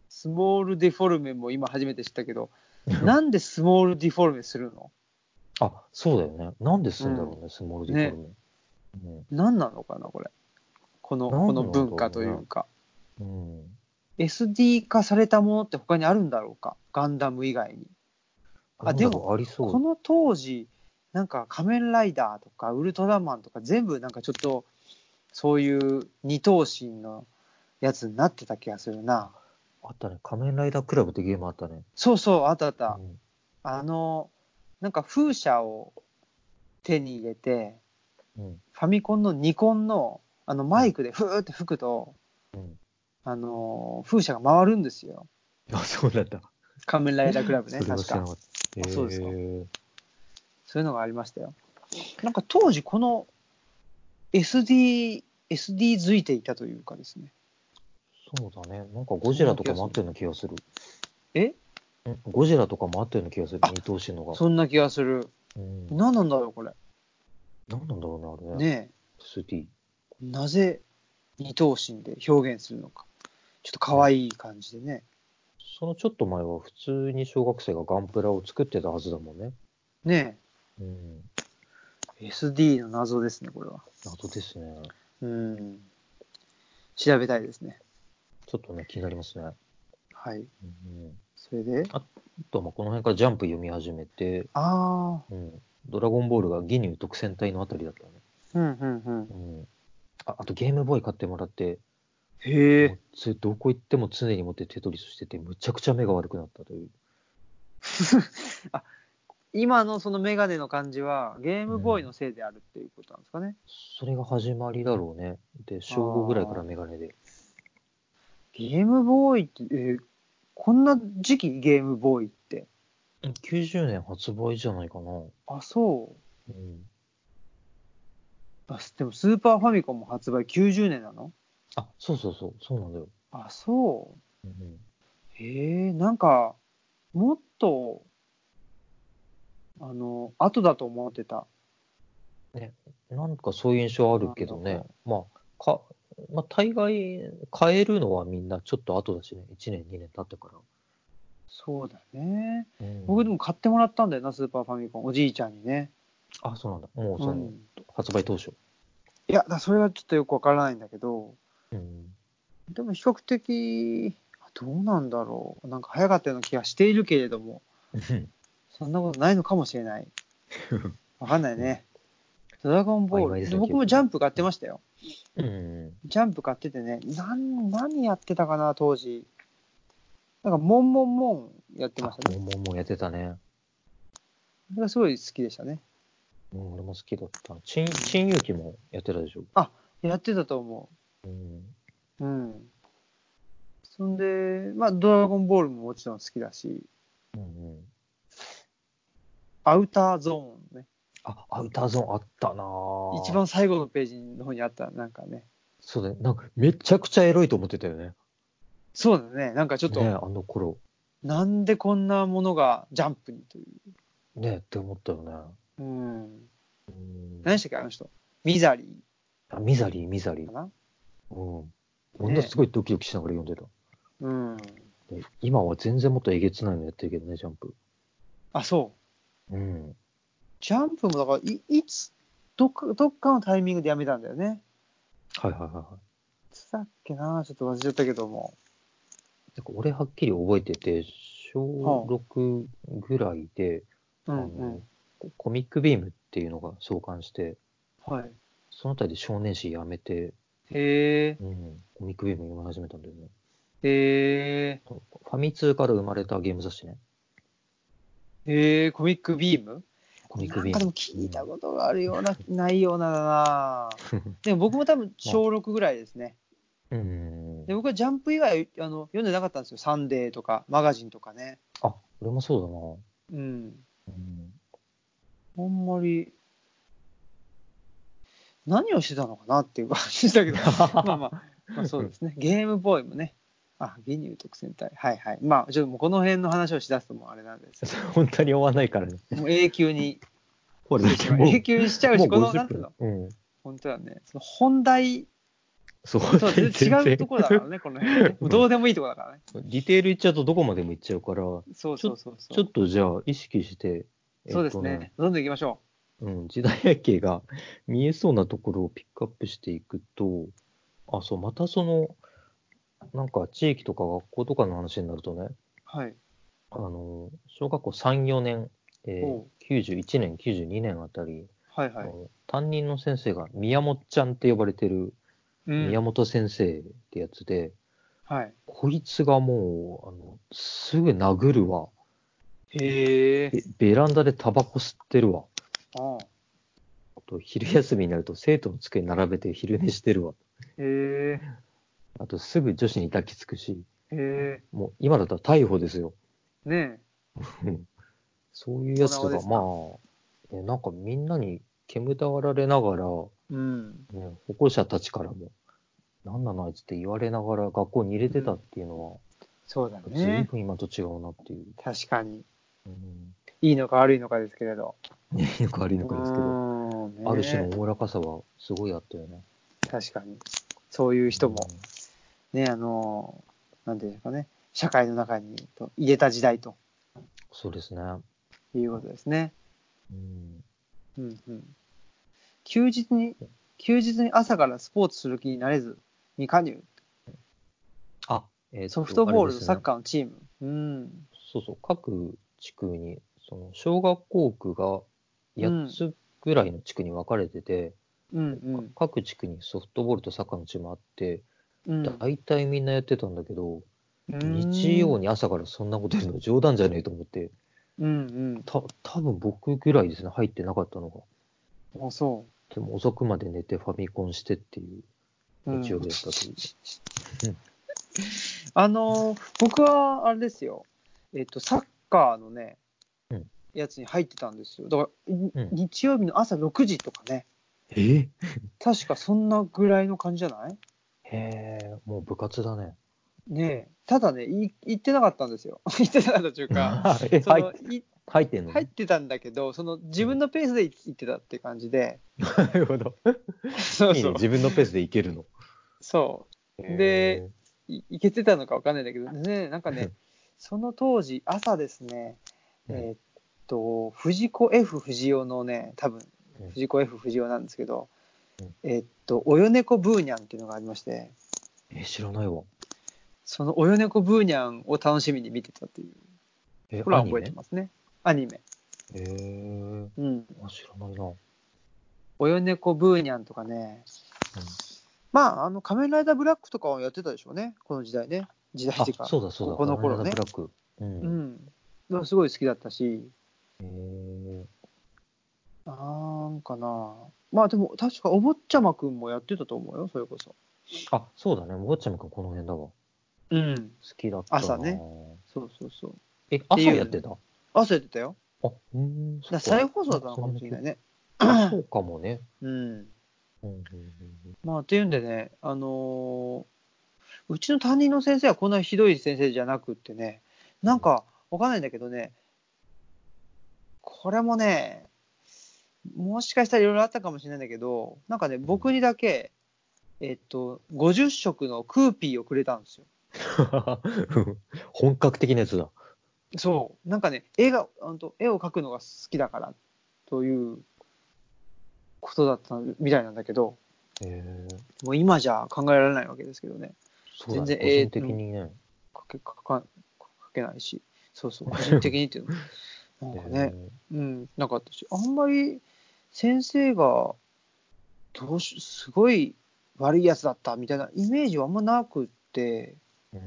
[SPEAKER 1] スモールデフォルメも今初めて知ったけ ど、なんでスモールデフォルメするの
[SPEAKER 2] あ、そうだよね。なんですんだろうね、スモールディフォルメ。
[SPEAKER 1] 何なのかな、これ。この、
[SPEAKER 2] 何
[SPEAKER 1] こ
[SPEAKER 2] な
[SPEAKER 1] の
[SPEAKER 2] んだろうね
[SPEAKER 1] 文化というか。
[SPEAKER 2] うん。うん
[SPEAKER 1] SD 化されたものって他にあるんだろうかガンダム以外に。あ
[SPEAKER 2] なんだろうありそう。
[SPEAKER 1] この当時、なんか仮面ライダーとかウルトラマンとか全部なんかちょっとそういう二頭身のやつになってた気がするな。
[SPEAKER 2] あったね。仮面ライダークラブってゲームあったね。
[SPEAKER 1] そうそう、あったあった
[SPEAKER 2] う。ん
[SPEAKER 1] あの、なんか風車を手に入れて、
[SPEAKER 2] うん。
[SPEAKER 1] ファミコンのニコンのあのマイクでふーって吹くと、
[SPEAKER 2] うん。
[SPEAKER 1] あのー風車が回るんですよ。
[SPEAKER 2] あ、そうなんだった。
[SPEAKER 1] 仮面ライダークラブね、
[SPEAKER 2] それは
[SPEAKER 1] 確
[SPEAKER 2] 知らな
[SPEAKER 1] か
[SPEAKER 2] か。った。
[SPEAKER 1] あそうですか
[SPEAKER 2] へー
[SPEAKER 1] そういうのがありましたよ。なんか当時この SD、SD づいていたというかですね。
[SPEAKER 2] そうだね。なんかゴジラとかもあったような気がする。
[SPEAKER 1] え
[SPEAKER 2] うんゴジラとかもあったような気がする。
[SPEAKER 1] あ
[SPEAKER 2] 二頭身のが。
[SPEAKER 1] そんな気がする。
[SPEAKER 2] うん。な
[SPEAKER 1] 何なんだろう、これ。
[SPEAKER 2] んなんだろうね、あれね。
[SPEAKER 1] ね
[SPEAKER 2] SD。
[SPEAKER 1] え。なぜ二頭身で表現するのか。ちょっと可愛い感じでね。
[SPEAKER 2] そのちょっと前は普通に小学生がガンプラを作ってたはずだもんね。
[SPEAKER 1] ね
[SPEAKER 2] うん。
[SPEAKER 1] え。SD の謎ですね、これは。
[SPEAKER 2] 謎ですね。
[SPEAKER 1] うん。調べたいですね。
[SPEAKER 2] ちょっとね、気になりますね。
[SPEAKER 1] はい。
[SPEAKER 2] うん、
[SPEAKER 1] それで、
[SPEAKER 2] あとはまあこの辺からジャンプ読み始めて、
[SPEAKER 1] ああ、
[SPEAKER 2] うん、ドラゴンボールがギニュー特選隊のあたりだったよね。
[SPEAKER 1] うんうんうん。
[SPEAKER 2] うん、ああとゲームボーイ買ってもらって、
[SPEAKER 1] へ
[SPEAKER 2] も
[SPEAKER 1] え
[SPEAKER 2] う、つどこ行っても常に持ってテトリスしてて、むちゃくちゃ目が悪くなったという。
[SPEAKER 1] 今のそのメガネの感じは、ゲームボーイのせいであるっていうことなんですかね。
[SPEAKER 2] それが始まりだろうね。で、小5ぐらいからメガネで。
[SPEAKER 1] ゲームボーイって、えーこんな時期ゲームボーイって。
[SPEAKER 2] うん90年発売じゃないかな。
[SPEAKER 1] あ、そう。
[SPEAKER 2] うん、
[SPEAKER 1] あでも、スーパーファミコンも発売90年なの
[SPEAKER 2] あ、そうそうそう、そうなんだよ。
[SPEAKER 1] あ、そう。
[SPEAKER 2] うん
[SPEAKER 1] へえ、なんか、もっと、あの、後だと思ってた。
[SPEAKER 2] なんかそういう印象あるけど
[SPEAKER 1] な
[SPEAKER 2] ね
[SPEAKER 1] る、
[SPEAKER 2] まあ、かまあ、大概変えるのはみんなちょっと後だしね、1年、2年経ってか
[SPEAKER 1] そうだね。
[SPEAKER 2] ら。うん
[SPEAKER 1] 僕でも買ってもらったんだよな、スーパーファミコン、おじいちゃんにね。
[SPEAKER 2] あ、そうなんだ、もう
[SPEAKER 1] う
[SPEAKER 2] その、
[SPEAKER 1] ん、
[SPEAKER 2] 発売当初。
[SPEAKER 1] いや、だからそれはちょっとよくわからないんだけど、
[SPEAKER 2] うん、
[SPEAKER 1] でも比較的、どうなんだろう、なんか早かったような気がしているけれども、そんなことないのかもしれ ない。わかんないね。ドラゴンボ
[SPEAKER 2] 曖昧
[SPEAKER 1] ー
[SPEAKER 2] で
[SPEAKER 1] ル、
[SPEAKER 2] す
[SPEAKER 1] で
[SPEAKER 2] ね
[SPEAKER 1] 僕もジャンプ買ってましたよ。
[SPEAKER 2] うん、
[SPEAKER 1] ジャンプ買っててね、なん何やってたかな、当時。なんか、モンモンモンやってま
[SPEAKER 2] あ
[SPEAKER 1] したね。
[SPEAKER 2] もうもうもうやってたね。
[SPEAKER 1] それがすごい好きでしたね。
[SPEAKER 2] うん、俺も好きだった。珍珍遊記もやってたでしょ。
[SPEAKER 1] やってたと思う。
[SPEAKER 2] うん、
[SPEAKER 1] うん。そんで、まあ、ドラゴンボールももちろん好きだし、
[SPEAKER 2] うんうん、
[SPEAKER 1] アウターゾーンね。
[SPEAKER 2] あ、アウターゾーンあったなぁ
[SPEAKER 1] 一番最後のページの方にあった、なんかね。
[SPEAKER 2] そうだね、なんかめちゃくちゃエロいと思ってたよね。
[SPEAKER 1] そうだね。なんかちょっと、
[SPEAKER 2] ね、あの頃。
[SPEAKER 1] なんでこんなものがジャンプにという。
[SPEAKER 2] ねって思ったよね。
[SPEAKER 1] うん。
[SPEAKER 2] うん、
[SPEAKER 1] 何でしたっけ、あの人。ミザリ
[SPEAKER 2] あミザリー、ミザリー
[SPEAKER 1] ーか。な。
[SPEAKER 2] うん。俺もすごいドキドキしながら読んでた。
[SPEAKER 1] うん。
[SPEAKER 2] で今は全然もっとえげつないのやってるけどね、ジャンプ。
[SPEAKER 1] あ、そう。
[SPEAKER 2] うん。
[SPEAKER 1] ジャンプもだから、いいつ、どっか、どっかのタイミングでやめたんだよね。
[SPEAKER 2] はいはいはいはい。
[SPEAKER 1] いつだっけな、ちょっと忘れちゃったけども。
[SPEAKER 2] なんか俺はっきり覚えてて、小6ぐらいで、
[SPEAKER 1] う
[SPEAKER 2] あ
[SPEAKER 1] んう
[SPEAKER 2] の
[SPEAKER 1] ん。
[SPEAKER 2] ココミックビームっていうのが創刊して、
[SPEAKER 1] はい。
[SPEAKER 2] そのあたりで少年誌やめて、
[SPEAKER 1] へえ、
[SPEAKER 2] うん、コミックビーム読み始めたんだよね。
[SPEAKER 1] へえ、
[SPEAKER 2] ファミ通から生まれたゲーム雑誌ね。
[SPEAKER 1] へえ、コミックビーム
[SPEAKER 2] コミックビ
[SPEAKER 1] なんかで
[SPEAKER 2] ーム
[SPEAKER 1] も。聞いたことがあるよう な、ないようなだなでも僕も多分小6ぐらいですね。
[SPEAKER 2] うんうんうん
[SPEAKER 1] で、僕はジャンプ以外あの読んでなかったんですよ。サンデーとか、マガジンとかね。
[SPEAKER 2] あ、俺もそ
[SPEAKER 1] う
[SPEAKER 2] う
[SPEAKER 1] ん。
[SPEAKER 2] だな。うん
[SPEAKER 1] あんまり、何をしてたのかなっていう感じ だけど、まあまあ、まあそうですね。ゲームボーイもね。あ、ゲニュー特選隊。はいはい。まあ、ちょっともうこの辺の話をしだすともうあれなんですけ
[SPEAKER 2] 本当に終わんないから ね。
[SPEAKER 1] どもう永久に、
[SPEAKER 2] これ、もう、
[SPEAKER 1] 永久にしちゃうし、こ
[SPEAKER 2] も
[SPEAKER 1] の、
[SPEAKER 2] う
[SPEAKER 1] なん
[SPEAKER 2] 50
[SPEAKER 1] ていうの
[SPEAKER 2] 分。うん。
[SPEAKER 1] 本当だね。その本題
[SPEAKER 2] そう、
[SPEAKER 1] とは全然違うところだからね、この辺ね。もうどうでもいいところだからね。
[SPEAKER 2] 全然 ディテールいっちゃうとどこまでもいっちゃうから、ちょ
[SPEAKER 1] そうそうそうそう。
[SPEAKER 2] っとじゃあ意識して、えっと
[SPEAKER 1] そうですね。。どんどん行きましょ
[SPEAKER 2] うん、時代背景が見えそうなところをピックアップしていくと、あ、そう、またその、なんか地域とか学校とかの話になるとね、
[SPEAKER 1] う。はい。
[SPEAKER 2] あの、小学校3、4年、えー
[SPEAKER 1] おう
[SPEAKER 2] 91年、92年あたり、
[SPEAKER 1] はい
[SPEAKER 2] あ
[SPEAKER 1] はい。
[SPEAKER 2] の担任の先生が宮本ちゃんって呼ばれてる
[SPEAKER 1] うん
[SPEAKER 2] 宮本先生ってやつで、
[SPEAKER 1] はい。
[SPEAKER 2] こいつがもう、あの、すぐ殴るわ。
[SPEAKER 1] へえ。
[SPEAKER 2] べベランダでタバコ吸ってるわ。
[SPEAKER 1] ああ
[SPEAKER 2] あと、昼休みになると生徒の机に並べて昼寝してるわ。
[SPEAKER 1] へえ。
[SPEAKER 2] あと、すぐ女子に抱きつくし、
[SPEAKER 1] へえ。
[SPEAKER 2] もう今だったら逮捕ですよ。
[SPEAKER 1] ね
[SPEAKER 2] そういうやつ
[SPEAKER 1] 大人で
[SPEAKER 2] が、
[SPEAKER 1] すか
[SPEAKER 2] まあ、ね、なんかみんなに煙たがられなが
[SPEAKER 1] え。
[SPEAKER 2] ら、
[SPEAKER 1] うん。
[SPEAKER 2] ね、歩行者たちからも、なんなのあいつって言われながら学校に入れてたっていうの
[SPEAKER 1] そうだ
[SPEAKER 2] は、ずい
[SPEAKER 1] ね。
[SPEAKER 2] ぶん今と違うなっていう。
[SPEAKER 1] 確かに。
[SPEAKER 2] うん。
[SPEAKER 1] いいのか悪いのかですけれど。
[SPEAKER 2] ね、 よくありのかですけど、
[SPEAKER 1] うんね
[SPEAKER 2] ある種のおおらかさはすごいあったよね。
[SPEAKER 1] 確かに。そういう人も、ね、あの、なんていうんですかね、社会の中にと入れた時代と
[SPEAKER 2] そうですね。
[SPEAKER 1] いうことですね。
[SPEAKER 2] うん。
[SPEAKER 1] うんうん。休日に、休日に朝からスポーツする気になれず、未加入。
[SPEAKER 2] あ、えー
[SPEAKER 1] ソフトボール
[SPEAKER 2] と
[SPEAKER 1] とサッカーのチーム。うん。
[SPEAKER 2] そうそう、各地区に、その小学校区が8つぐらいの地区に分かれてて、
[SPEAKER 1] うん
[SPEAKER 2] 各地区にソフトボールとサッカーのチームあって、
[SPEAKER 1] うん。うん
[SPEAKER 2] 大体みんなやってたんだけど、
[SPEAKER 1] うん
[SPEAKER 2] 日曜に朝からそんなことやるの冗談じゃねえと思って、
[SPEAKER 1] うん
[SPEAKER 2] た多分僕ぐらいですね、入ってなかったのが。
[SPEAKER 1] うん。あ、そ
[SPEAKER 2] でも遅くまで寝てファミコンしてっていう
[SPEAKER 1] う。うん
[SPEAKER 2] 日曜日だったという。
[SPEAKER 1] あのー、僕はあれですよ。えっと、サッカーのね
[SPEAKER 2] うん、
[SPEAKER 1] やつに入ってたんですよ。だから、い
[SPEAKER 2] うん
[SPEAKER 1] 日曜日の朝6時とかね。
[SPEAKER 2] え
[SPEAKER 1] 確かそんなぐらいの感じじゃない
[SPEAKER 2] へえ、もう部活だね。
[SPEAKER 1] ねえ。ただね、い行ってなかったんですよ。 行ってなかったという か、
[SPEAKER 2] え
[SPEAKER 1] そ
[SPEAKER 2] 入
[SPEAKER 1] の
[SPEAKER 2] っ
[SPEAKER 1] い
[SPEAKER 2] 入ってんの
[SPEAKER 1] 入ってたんだけど、その自分のペースで行ってたって感じで、
[SPEAKER 2] なるほど。
[SPEAKER 1] そう
[SPEAKER 2] いい
[SPEAKER 1] そ
[SPEAKER 2] ね、
[SPEAKER 1] う、
[SPEAKER 2] 自分のペースでいけるの。
[SPEAKER 1] そう、で、いいけてたのかわかんないんだけどね、なんかね、その当時、朝ですね、
[SPEAKER 2] うん
[SPEAKER 1] えーっと、藤子 F 不二雄のね、多分
[SPEAKER 2] うん
[SPEAKER 1] 藤子 F 不二雄なんですけど
[SPEAKER 2] うん、
[SPEAKER 1] えーっと、およねこブーニャンっていうのがありまして、
[SPEAKER 2] えー知らないわ。
[SPEAKER 1] そのおよねこブーニャンを楽しみに見てたっていう、
[SPEAKER 2] え
[SPEAKER 1] これは覚えてますね。アニメ。
[SPEAKER 2] アニメえ
[SPEAKER 1] うん。
[SPEAKER 2] ー、あ知らないな。
[SPEAKER 1] およねこブーニャンとかね、まあ、あの、仮面ライダーブラックとかをやってたでしょうね、この時代ね。時代っていう
[SPEAKER 2] あ
[SPEAKER 1] か。
[SPEAKER 2] そうだそうだ。
[SPEAKER 1] ここの頃ね
[SPEAKER 2] 仮面ライダーブラック。うん
[SPEAKER 1] う。ん。だからすごい好きだったし、
[SPEAKER 2] え
[SPEAKER 1] なんかな。まあでも、確かお坊ちゃまくんもやってたと思うよ、それこそ。
[SPEAKER 2] ー、あそうだね。もっちゃんくんこの辺だわ。好
[SPEAKER 1] うん。
[SPEAKER 2] きだったな。
[SPEAKER 1] 朝ね。そうそうそう。
[SPEAKER 2] え、朝やってたあ、
[SPEAKER 1] 朝やってたよ。
[SPEAKER 2] うーん。
[SPEAKER 1] だから再放送だったのかもしれない
[SPEAKER 2] ね。
[SPEAKER 1] ね。
[SPEAKER 2] あそうかもね。
[SPEAKER 1] うん。
[SPEAKER 2] うんうんうん
[SPEAKER 1] まあ、っていうんでね、あのーうちの担任の先生はこんなひどい先生じゃなくってね、なんか、わかんないんだけどね、これもね、もしかしたらいろいろあったかもしれないんだけど、なんかね、僕にだけ、えっと、50色のクーピーをくれたんですよ。
[SPEAKER 2] うん。 本格的なやつだ。
[SPEAKER 1] そう。なんかね、絵が、あのと絵を描くのが好きだから、ということだったみたいなんだけど、
[SPEAKER 2] えー、
[SPEAKER 1] もう今じゃ考えられないわけですけどね。
[SPEAKER 2] そうだ
[SPEAKER 1] 全
[SPEAKER 2] ね。
[SPEAKER 1] 然
[SPEAKER 2] 個
[SPEAKER 1] えー
[SPEAKER 2] 人的にね。
[SPEAKER 1] かけかかかけないし、そうそう、個人的にっていう の。なんかね、うん、なかったし、あんまり先生が、どうし、すごい悪いやつだったみたいなイメージはあんまなくって、
[SPEAKER 2] えー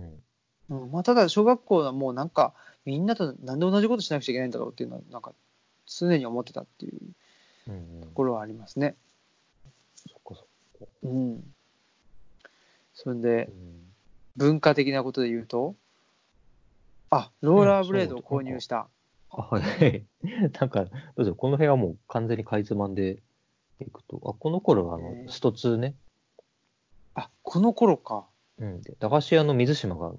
[SPEAKER 2] うん
[SPEAKER 1] うんまあ、ただ小学校はもうなんか、みんなとなんで同じことしなくちゃいけないんだろうっていうのは、なんか、常に思ってたっていう
[SPEAKER 2] うんうん
[SPEAKER 1] ところはありますね。
[SPEAKER 2] そっかそっか
[SPEAKER 1] うん。それで
[SPEAKER 2] う、ん
[SPEAKER 1] 文化的なことで言うと、あ、ローラーブレードを購入した。
[SPEAKER 2] ああ、はい。 なんか、どうぞ、この辺はもう完全にかいつまんでいくと。あ、この頃は、あ
[SPEAKER 1] え
[SPEAKER 2] の、
[SPEAKER 1] ー
[SPEAKER 2] スト2ね。
[SPEAKER 1] あ、この頃 か。
[SPEAKER 2] うん。で駄菓子屋の水島が、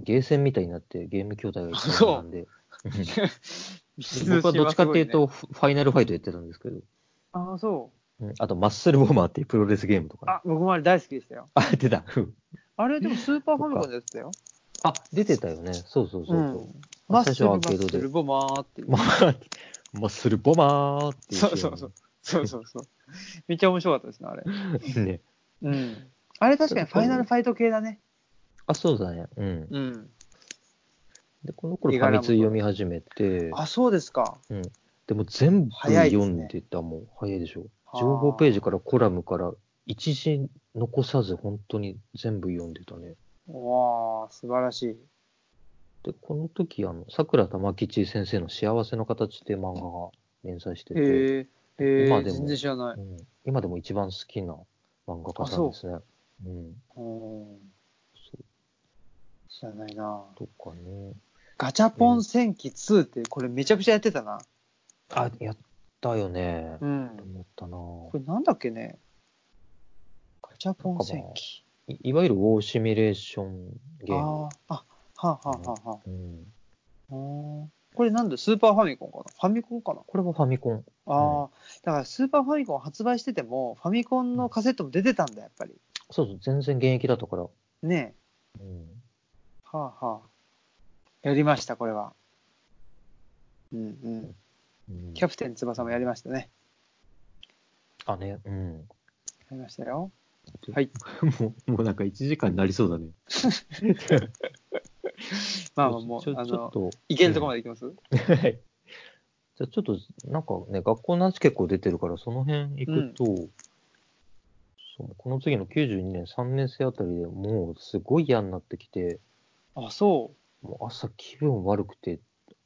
[SPEAKER 2] ゲーセンみたいになってゲーム筐体がいっぱいな んで。うん僕はどっちかっていうと、フファイナルファイトやってたんですけど。
[SPEAKER 1] あ、そう。
[SPEAKER 2] うんあと、マッスルボーマーっていうプロレスゲームとかね、
[SPEAKER 1] あ、僕もあれ大好きでしたよ。
[SPEAKER 2] あ、 出た。うん
[SPEAKER 1] あれ、でもスーパーファミコンでやってたよ。
[SPEAKER 2] あ、出てたよね。そうそうそうそう。
[SPEAKER 1] んマ
[SPEAKER 2] まあ
[SPEAKER 1] ッ
[SPEAKER 2] 最
[SPEAKER 1] ス
[SPEAKER 2] 初
[SPEAKER 1] ル
[SPEAKER 2] は
[SPEAKER 1] マ
[SPEAKER 2] アーケード
[SPEAKER 1] ッス
[SPEAKER 2] で
[SPEAKER 1] ルボマーっていう。
[SPEAKER 2] まあ、マッスルボマーっていうゲーム。
[SPEAKER 1] そうそうそうそうそう。めっちゃ面白かったですね、あれ。
[SPEAKER 2] ね。
[SPEAKER 1] うん。あれ確かにファイナルファイト系だね。
[SPEAKER 2] あ、そうだね。うん。
[SPEAKER 1] うん。
[SPEAKER 2] で、この頃ファミツ読み始めて、
[SPEAKER 1] あ、そうですか。
[SPEAKER 2] でも全部
[SPEAKER 1] 早いで
[SPEAKER 2] 読
[SPEAKER 1] す
[SPEAKER 2] ん
[SPEAKER 1] ね
[SPEAKER 2] でたもん。早いでしょ。
[SPEAKER 1] はあ
[SPEAKER 2] 情報ページからコラムから、一時残さず本当に全部読んでたね。
[SPEAKER 1] わあ、素晴らしい。
[SPEAKER 2] で、この時、あの、桜玉吉先生の幸せの形って漫画が連載してて、
[SPEAKER 1] へえ。へ
[SPEAKER 2] 今
[SPEAKER 1] え。
[SPEAKER 2] でも
[SPEAKER 1] 全然知らない。
[SPEAKER 2] うん今でも一番好きな漫画家さんですね。うん。
[SPEAKER 1] うん
[SPEAKER 2] そ
[SPEAKER 1] 知らないな。
[SPEAKER 2] うとかね。
[SPEAKER 1] ガチャポン戦記2って、これめちゃくちゃやってたな。
[SPEAKER 2] あ、やったよね。
[SPEAKER 1] う
[SPEAKER 2] と
[SPEAKER 1] ん。
[SPEAKER 2] 思ったな
[SPEAKER 1] これなんだっけね。ガチャポン戦記。
[SPEAKER 2] いいわゆるウォーシミュレーションゲーム。
[SPEAKER 1] ああ、あ、はあ、はあはあはあ
[SPEAKER 2] うん、
[SPEAKER 1] うんこれなんだ、スーパーファミコンかなファミコンかな
[SPEAKER 2] これはファミコン。
[SPEAKER 1] ああ、だからスーパーファミコン発売してても、ファミコンのカセットも出てたんだ、やっぱり。
[SPEAKER 2] そうそう、全然現役だったから。
[SPEAKER 1] ね
[SPEAKER 2] うん、
[SPEAKER 1] え。はあはあ。やりました、これは。うんうん。
[SPEAKER 2] うん
[SPEAKER 1] キャプテン翼もやりましたね。
[SPEAKER 2] あ、ね、うん。
[SPEAKER 1] やりましたよ。
[SPEAKER 2] もう、もうなんか1時間になりそうだね。
[SPEAKER 1] まあまあも
[SPEAKER 2] ち
[SPEAKER 1] う、
[SPEAKER 2] ょ
[SPEAKER 1] あ
[SPEAKER 2] ちょっ
[SPEAKER 1] の、
[SPEAKER 2] と。
[SPEAKER 1] いけるとこまでいきます、
[SPEAKER 2] はいじゃあちょっと、なんかね、学校の話結構出てるから、その辺行くと、そうこの次の92年3年生あたりでもうすごい嫌になってきて、
[SPEAKER 1] あ、そ
[SPEAKER 2] もう朝気分悪くて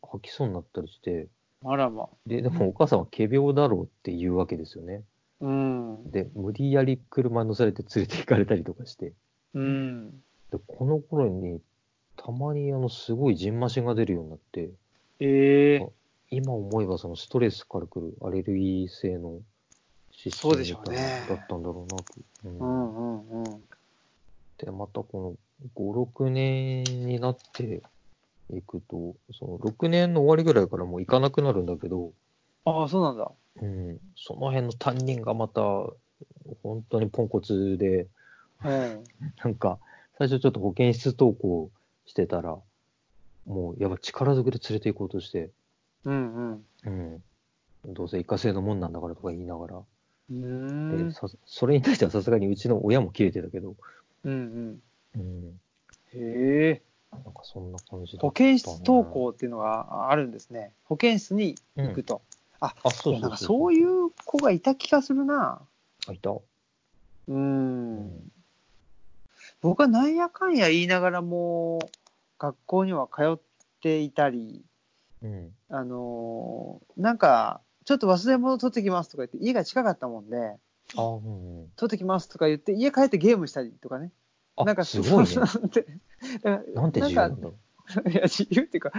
[SPEAKER 2] 吐きそうになったりして、
[SPEAKER 1] う。あらま。
[SPEAKER 2] で、でもお母さんは仮病だろうって言うわけですよね。
[SPEAKER 1] うん。
[SPEAKER 2] で、無理やり車に乗されて連れて行かれたりとかして、
[SPEAKER 1] うん。
[SPEAKER 2] で、この頃に、たまにあの、すごいじんましんが出るようになって、
[SPEAKER 1] ええ
[SPEAKER 2] あ今思えばそのストレスからくるアレルギー性の疾
[SPEAKER 1] そうで
[SPEAKER 2] み
[SPEAKER 1] しょう
[SPEAKER 2] たいな
[SPEAKER 1] ね
[SPEAKER 2] のだったんだろうなと。うん
[SPEAKER 1] うんうんうん。
[SPEAKER 2] で、またこの5、6年になっていくと、その6年の終わりぐらいからもう行かなくなるんだけど、
[SPEAKER 1] ああ、そうなんだ。
[SPEAKER 2] うん、その辺の担任がまた、本当にポンコツで、
[SPEAKER 1] うん。
[SPEAKER 2] なんか、最初ちょっと保健室登校してたら、もうやっぱ力ずくで連れて行こうとして、
[SPEAKER 1] うん
[SPEAKER 2] うん、どうせ一過性のもんなんだからとか言いながら、
[SPEAKER 1] うん。うー
[SPEAKER 2] で
[SPEAKER 1] ん。
[SPEAKER 2] さそれに対してはさすがにうちの親も切れてたけど、
[SPEAKER 1] うんうん。
[SPEAKER 2] うん、
[SPEAKER 1] へえ。
[SPEAKER 2] なんかそんな感じだった
[SPEAKER 1] 保健室登校っていうのがあるんですね。保健室に行くと。
[SPEAKER 2] あ、そうそう
[SPEAKER 1] なんかそういう子がいた気がするな。
[SPEAKER 2] あいた、
[SPEAKER 1] う。
[SPEAKER 2] うん
[SPEAKER 1] 僕はなんやかんや言いながらも、学校には通っていたり、
[SPEAKER 2] うん
[SPEAKER 1] あのーなんか、ちょっと忘れ物取ってきますとか言って、家が近かったもんで、
[SPEAKER 2] あ、うんうん、
[SPEAKER 1] 取ってきますとか言って、家帰ってゲームしたりとかね。
[SPEAKER 2] あ
[SPEAKER 1] なんか
[SPEAKER 2] すごいね
[SPEAKER 1] そうなんてだから
[SPEAKER 2] なんて自由なんだろう
[SPEAKER 1] いや自由っていうか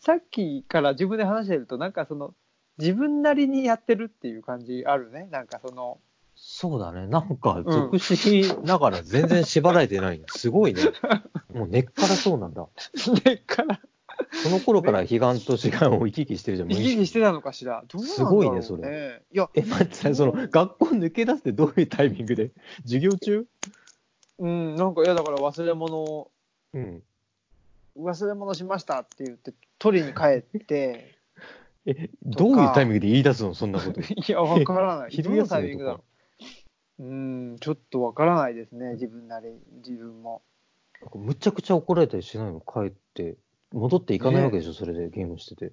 [SPEAKER 1] さっきから自分で話してるとなんかその自分なりにやってるっていう感じあるねなんかその
[SPEAKER 2] そうだね。なんか、
[SPEAKER 1] ん
[SPEAKER 2] 属しながら全然縛られて ないね。すごいね。もう根っからそうなんだ。
[SPEAKER 1] 根っから
[SPEAKER 2] その頃から彼岸と志願を行き来してるじゃん。
[SPEAKER 1] 生き生きしてたのかしらどうなんだろう、ね、
[SPEAKER 2] すごいねそれ
[SPEAKER 1] いや
[SPEAKER 2] え、待って、その、学校抜け出すってどういうタイミングで授業中
[SPEAKER 1] うんなんかいやだから忘れ物
[SPEAKER 2] うん。
[SPEAKER 1] 忘れ物しましたって言って取りに帰って
[SPEAKER 2] え、どういうタイミングで 言い出すのそんなこと。
[SPEAKER 1] いやわからないど
[SPEAKER 2] 昼休み
[SPEAKER 1] の
[SPEAKER 2] とか
[SPEAKER 1] タイミングだろううんちょっとわからないですね自分なり自分も
[SPEAKER 2] なんかむちゃくちゃ怒られたりしないの帰って。戻っていかないわけでしょ、それでゲームしてて。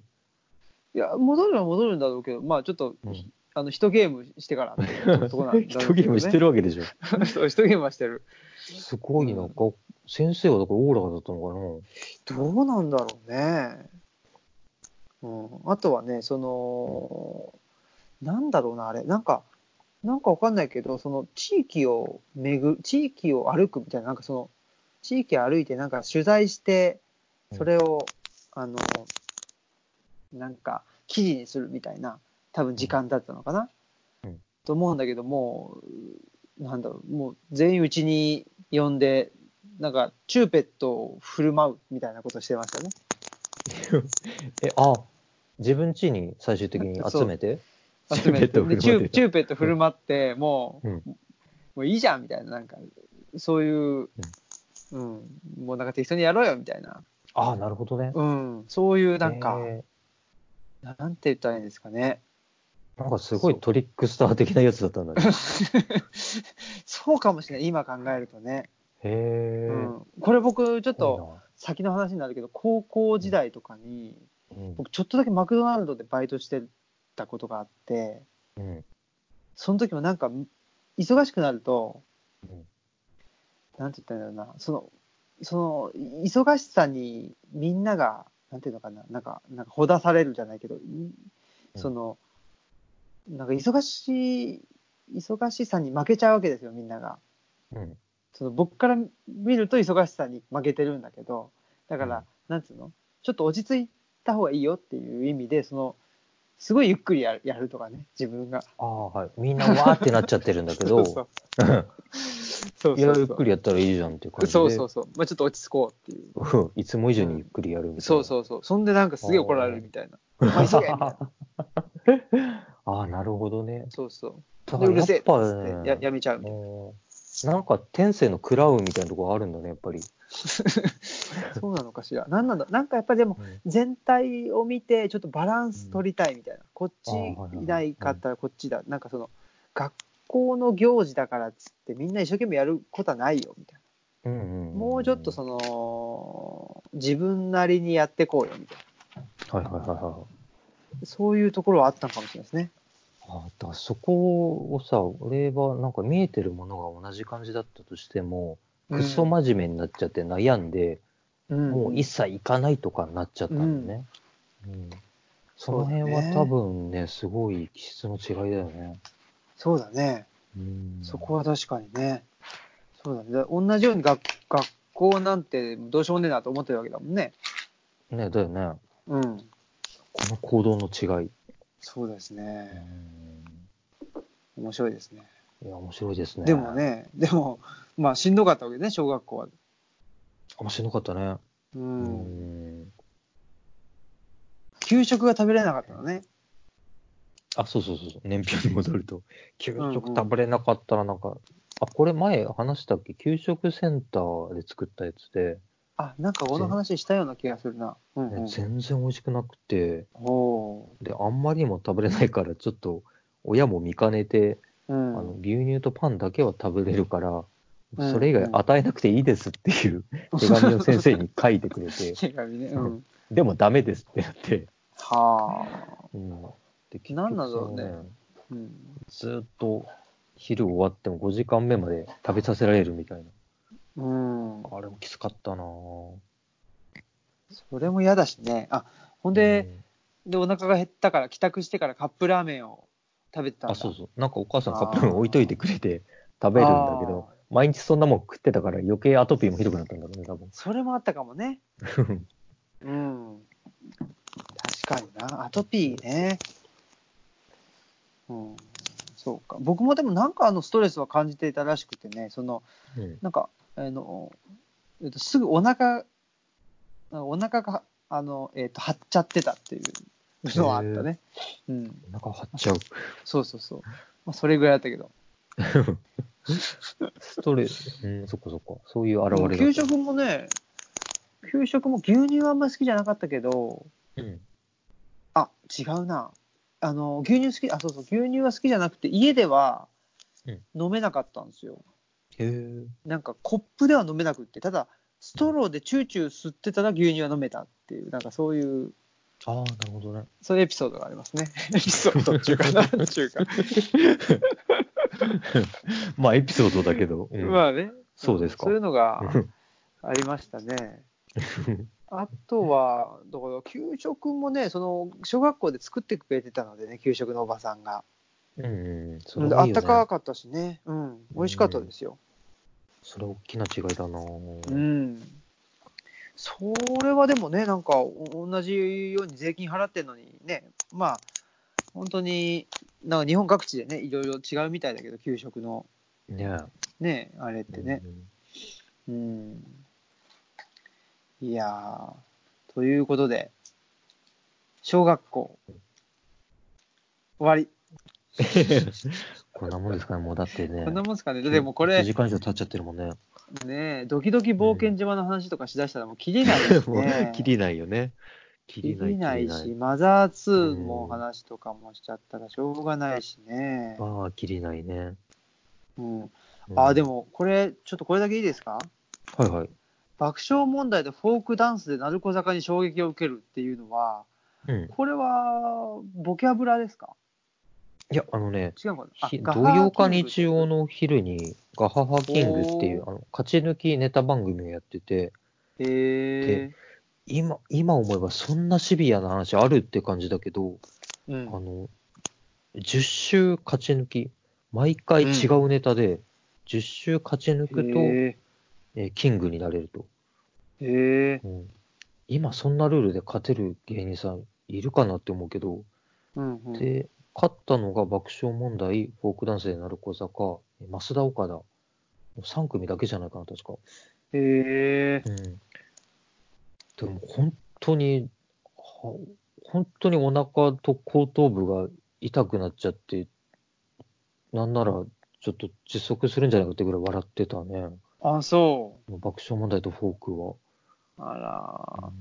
[SPEAKER 1] いや戻るは戻るんだろうけどまあちょっと、
[SPEAKER 2] うん
[SPEAKER 1] あの一ゲームしてからっていうとこなんだろう けど、ね、
[SPEAKER 2] 一ゲームしてるわけでしょ。
[SPEAKER 1] そう、一ゲームはしてる。
[SPEAKER 2] すごいな。
[SPEAKER 1] うん
[SPEAKER 2] が先生はだからオーラがだったの
[SPEAKER 1] どうなんだろうね。うん、あとはね、その、なんだろうな、あれ、なんか、なんかわかんないけど、その地域を巡る、地域を歩くみたいな、なんかその、地域歩いて、なんか取材して、それを、あの、なんか記事にするみたいな多分時間だったのかな、
[SPEAKER 2] うん
[SPEAKER 1] と思うんだけどもうなんだろうもう全員うちに呼んでなんかチューペットを振る舞うみたいなことしてましたね
[SPEAKER 2] え、あ、自分家に最終的に集めて
[SPEAKER 1] 集めてでチューチュ
[SPEAKER 2] ュ
[SPEAKER 1] ーペット振る舞ってもう,、
[SPEAKER 2] うん
[SPEAKER 1] もういいじゃんみたいななんかそういう、うんもうなんか適当にやろうよみたいな、
[SPEAKER 2] あ、なるほどね。
[SPEAKER 1] うん、そういうなんか、
[SPEAKER 2] え
[SPEAKER 1] なんて言ったらいいんですかね
[SPEAKER 2] ーなんかすごいトリックスター的なやつだったん だね。
[SPEAKER 1] そうかもしれない今考えるとね、
[SPEAKER 2] へえ。
[SPEAKER 1] うん、これ僕ちょっ
[SPEAKER 2] すごい
[SPEAKER 1] と先の話になるけど高校時代とかに
[SPEAKER 2] なうん
[SPEAKER 1] 僕ちょっとだけマクドナルドでバイトしてたことがあって
[SPEAKER 2] うん
[SPEAKER 1] その時もなんか忙しくなると
[SPEAKER 2] うん
[SPEAKER 1] なんて言ったらいいんだろうなそのその忙しさにみんながなんていうのかななんかなんかほだされるじゃないけどいそのなんか忙しい忙しさに負けちゃうわけですよみんなが。
[SPEAKER 2] うん
[SPEAKER 1] その僕から見ると忙しさに負けてるんだけどだから、
[SPEAKER 2] うん
[SPEAKER 1] なんつうのちょっと落ち着いた方がいいよっていう意味でそのすごいゆっくりやるやるとかね自分が。
[SPEAKER 2] ああ、はい。みんなわーってなっちゃってるんだけ ど、
[SPEAKER 1] そうそう
[SPEAKER 2] いや、ゆっ
[SPEAKER 1] そう
[SPEAKER 2] くりやったらいいじゃんっていう感じで。
[SPEAKER 1] そうそうそう、まあ、ちょっと落ち着こうっていう。
[SPEAKER 2] うんいつも以上にゆっくりやるみたいな。
[SPEAKER 1] そうそうそう。そんでなんかすげえ怒られるみたいな。お前急げみたいな。
[SPEAKER 2] ああ、なるほどね。
[SPEAKER 1] そうそう。
[SPEAKER 2] だ
[SPEAKER 1] で
[SPEAKER 2] か
[SPEAKER 1] う
[SPEAKER 2] ら
[SPEAKER 1] る
[SPEAKER 2] や
[SPEAKER 1] せえ
[SPEAKER 2] っ
[SPEAKER 1] っ
[SPEAKER 2] ぱ
[SPEAKER 1] つってややめちゃうみたいな。
[SPEAKER 2] うんなんか天性のクラウンみたいなところあるんだね、やっぱり。
[SPEAKER 1] そうなのかしら。なんなんだなんかやっぱでも全体を見てちょっとバランス取りたいみたいな、こっ
[SPEAKER 2] あーはいはい
[SPEAKER 1] ちいないかったらこっちだ、なんかその学校の行事だからっつってみんな一生懸命やることはないよみたいなも
[SPEAKER 2] も
[SPEAKER 1] うちょっとその自分なりにやってこうよみたい
[SPEAKER 2] の。はいはいはいはい。
[SPEAKER 1] なそういうところはあったのかもしれないですね
[SPEAKER 2] あだからそこをさ、俺はなんか見えてるものが同じ感じだったとしても、
[SPEAKER 1] うん
[SPEAKER 2] くっそ真面目になっちゃって悩んで、
[SPEAKER 1] うん
[SPEAKER 2] もう一切行かないとかになっちゃったんだね。うんその辺は多分ね、すごい気質の違いだよね。
[SPEAKER 1] そうだね
[SPEAKER 2] うん
[SPEAKER 1] そこは確かにねそうだねだ同じように学学校なんてどうしようもねえなと思ってるわけだもんね
[SPEAKER 2] ね、だよね。
[SPEAKER 1] うん
[SPEAKER 2] この行動の違い。
[SPEAKER 1] そうです
[SPEAKER 2] う
[SPEAKER 1] ね
[SPEAKER 2] ん
[SPEAKER 1] 面白いですね
[SPEAKER 2] いや、面白いですね。
[SPEAKER 1] でも。ね、でも、まあ、しんどかったわけね、小学校は。
[SPEAKER 2] 面白かったね。
[SPEAKER 1] う。
[SPEAKER 2] うんん。
[SPEAKER 1] 給食が食べれなかったのね。
[SPEAKER 2] あ、そうそうそうそう、年表に戻ると、給食食べれなかったら、なんか、あ、これ前話したっけ、給食センターで作ったやつで、
[SPEAKER 1] あ、なんかこの話したような気がするな。うん、うん。
[SPEAKER 2] 全然美味しくなくて、
[SPEAKER 1] おー
[SPEAKER 2] で、あんまりにも食べれないから、ちょっと、親も見かねて、
[SPEAKER 1] う
[SPEAKER 2] あ
[SPEAKER 1] ん。
[SPEAKER 2] の牛乳とパンだけは食べれるから、
[SPEAKER 1] うん
[SPEAKER 2] それ以外与えなくていいですっ ていう手紙を先生に書いてくれて、
[SPEAKER 1] 手紙ね。うん。
[SPEAKER 2] でもダメですってなって、
[SPEAKER 1] はあ。
[SPEAKER 2] うん、で結局
[SPEAKER 1] なんなんだろうね
[SPEAKER 2] その
[SPEAKER 1] うん。
[SPEAKER 2] ずーっと昼終わっても5時間目まで食べさせられるみたい
[SPEAKER 1] う
[SPEAKER 2] な。
[SPEAKER 1] ん。
[SPEAKER 2] あれもきつかったなぁ。
[SPEAKER 1] それも嫌だしね。あ、ほんで、で、お腹が減ったから、帰宅してからカップラーメンを食べてた
[SPEAKER 2] うんん、
[SPEAKER 1] だ。
[SPEAKER 2] あ、そうそう。なんかお母さんカップ麺置いといてくれて食べるんだけど
[SPEAKER 1] あー、
[SPEAKER 2] 毎日そんなもん食ってたから余計アトピーもひどくなったんだろうね、多
[SPEAKER 1] それもあったかもね。
[SPEAKER 2] 分。
[SPEAKER 1] うん。確かにな。アトピーね。うん。そうか。僕もでもなんかあのストレスは感じていたらしくてね、その、
[SPEAKER 2] うん
[SPEAKER 1] なんか、あの、えっと、すぐお腹、お腹が、あの、えっと、張っちゃってたっていうのはあったね。うん。
[SPEAKER 2] お腹張っちゃう。
[SPEAKER 1] そうそうそう。まあ、それぐらいだったけど。
[SPEAKER 2] ストレス。うん、そっかそっか。そういう現れだった
[SPEAKER 1] 給食もね、給食も牛乳はあんまり好きじゃなかったけど、
[SPEAKER 2] うん。
[SPEAKER 1] あ、違うな。あの、牛乳好き、あ、そうそう、牛乳は好きじゃなくて、家では
[SPEAKER 2] うん
[SPEAKER 1] 飲めなかったんですよ。
[SPEAKER 2] へぇ。
[SPEAKER 1] なんかコップでは飲めなくって、ただ、ストローでチューチュー吸ってたら牛乳は飲めたっていう、なんかそういう、
[SPEAKER 2] ああ、なるほどね。
[SPEAKER 1] そういうエピソードがありますね。 エピソードっていうか、 なんていうか。
[SPEAKER 2] まあ、エピソードだけど。うん
[SPEAKER 1] まあね。
[SPEAKER 2] そうですか
[SPEAKER 1] そういうのが
[SPEAKER 2] うん
[SPEAKER 1] ありました ね。あとは、だから、給食もね、その、小学校で作ってくれてたのでね、給食のおばさんが。
[SPEAKER 2] うん、それ
[SPEAKER 1] で
[SPEAKER 2] は
[SPEAKER 1] あ
[SPEAKER 2] い
[SPEAKER 1] っ
[SPEAKER 2] いよね
[SPEAKER 1] たかかったしね、うん、美味しかったですよ。
[SPEAKER 2] それ大きな違いだなぁ
[SPEAKER 1] うん。
[SPEAKER 3] それはでもね、なんかお同じように税金払ってるのにね、まあ、本当に、なんか日本各地でね、いろいろ違うみたいだけど、給食の
[SPEAKER 2] ね
[SPEAKER 3] ね、あれってね。
[SPEAKER 2] うん
[SPEAKER 3] うん。いやー、ということで、小学校、終 わり。
[SPEAKER 2] こんなもんですかね、もうだってね。
[SPEAKER 1] こんなもんですかね。でもこれ
[SPEAKER 2] 1、時間以上経っちゃってるもんね。
[SPEAKER 1] ねえ、ドキドキ冒険島の話とかしだしたら もう切れないです
[SPEAKER 2] も
[SPEAKER 1] ね
[SPEAKER 2] う、。切りないよね。切
[SPEAKER 1] 切
[SPEAKER 2] りない。
[SPEAKER 1] りないし、
[SPEAKER 2] 切りない
[SPEAKER 1] マザー2の話とかもしちゃったらしょうがないしね。
[SPEAKER 2] まあ、切りないね。
[SPEAKER 1] うん、
[SPEAKER 2] うん
[SPEAKER 1] あ、で。もこれ、ちょっとこれだけいいですか
[SPEAKER 2] はいはい。
[SPEAKER 1] 爆笑問題でフォークダンスで鳴子坂に衝撃を受けるっていうのは、
[SPEAKER 2] うん。
[SPEAKER 1] これはボキャブラですか
[SPEAKER 2] いや、あのね、
[SPEAKER 1] 違うのかなあ
[SPEAKER 2] ひ土
[SPEAKER 1] ガハ
[SPEAKER 2] 曜か
[SPEAKER 1] キング
[SPEAKER 2] 日曜の昼に、ガハハキングっていう、
[SPEAKER 1] お
[SPEAKER 2] あの、勝ち抜きネタ番組をやってて、
[SPEAKER 1] へえ
[SPEAKER 2] 今、今思えばそんなシビアな話あるって感じだけど、
[SPEAKER 1] う
[SPEAKER 2] あ
[SPEAKER 1] ん、
[SPEAKER 2] の、10週勝ち抜き、毎回違うネタで、10週勝ち抜くと、
[SPEAKER 1] へ
[SPEAKER 2] えーキングになれると。
[SPEAKER 1] えへえ
[SPEAKER 2] うん今そんなルールで勝てる芸人さんいるかなって思うけど、
[SPEAKER 1] うんうん
[SPEAKER 2] で、勝ったのが爆笑問題、フォークダンスでなる小坂、増田岡田、もう3組だけじゃないかな、確か。
[SPEAKER 1] へえ
[SPEAKER 2] うん。でも本当に、は本当にお腹と後頭部が痛くなっちゃって、なんならちょっと窒息するんじゃないかってぐらい笑ってたね。
[SPEAKER 1] あ、そ
[SPEAKER 2] 爆笑問題とフォークは。
[SPEAKER 1] う。あら、
[SPEAKER 2] うん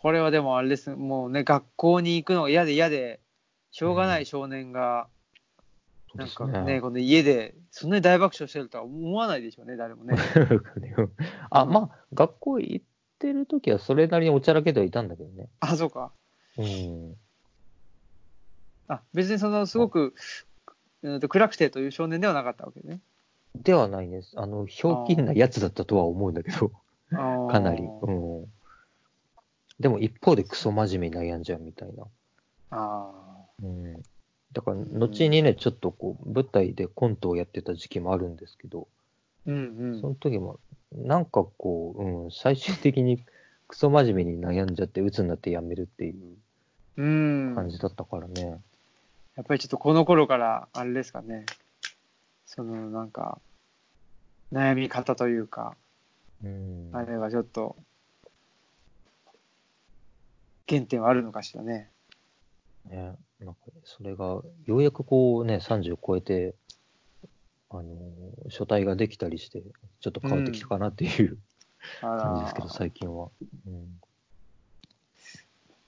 [SPEAKER 1] これはでもあれです。もうね、学校に行くのが嫌で嫌で、しょうがな
[SPEAKER 2] う
[SPEAKER 1] い少年が、
[SPEAKER 2] そう
[SPEAKER 1] な
[SPEAKER 2] で
[SPEAKER 1] ん
[SPEAKER 2] す
[SPEAKER 1] かね、この家で、そんなに大爆笑してるとは思わないでしょうね、誰 もね。
[SPEAKER 2] あ、まあ、学校行ってる時はそれなりにおちゃらけてはいたんだけどね。
[SPEAKER 1] あ、そうか。
[SPEAKER 2] うん。
[SPEAKER 1] あ、別にその、すごく、うんと暗くてという少年ではなかったわけね。
[SPEAKER 2] ではないです。あの、ひょうきんなやつだったとは思うんだけど、 か
[SPEAKER 1] か
[SPEAKER 2] なり。うん。でも一方でクソ真面目に悩んじゃうみたいな。
[SPEAKER 1] あ
[SPEAKER 2] うん。だから、後にね、ちょっとこう、舞台でコントをやってた時期もあるんですけど、
[SPEAKER 1] ーうん
[SPEAKER 2] そ
[SPEAKER 1] うん。
[SPEAKER 2] の時も、なんかこう、うん、最終的にクソ真面目に悩んじゃって、鬱になってやめるっていう
[SPEAKER 1] うん。
[SPEAKER 2] 感じだったからね。
[SPEAKER 1] やっぱりちょっとこの頃から、あれですかね。その、なんか、悩み方というか、
[SPEAKER 2] うん。
[SPEAKER 1] あれはちょっと、原点はあるのかしらね。
[SPEAKER 2] ね、なんかそれがようやくこうね30超えてあのー書体ができたりしてちょっと変わってきたかなっていう
[SPEAKER 1] あ
[SPEAKER 2] 感じですけ
[SPEAKER 1] ら
[SPEAKER 2] ど、、最近は、うん、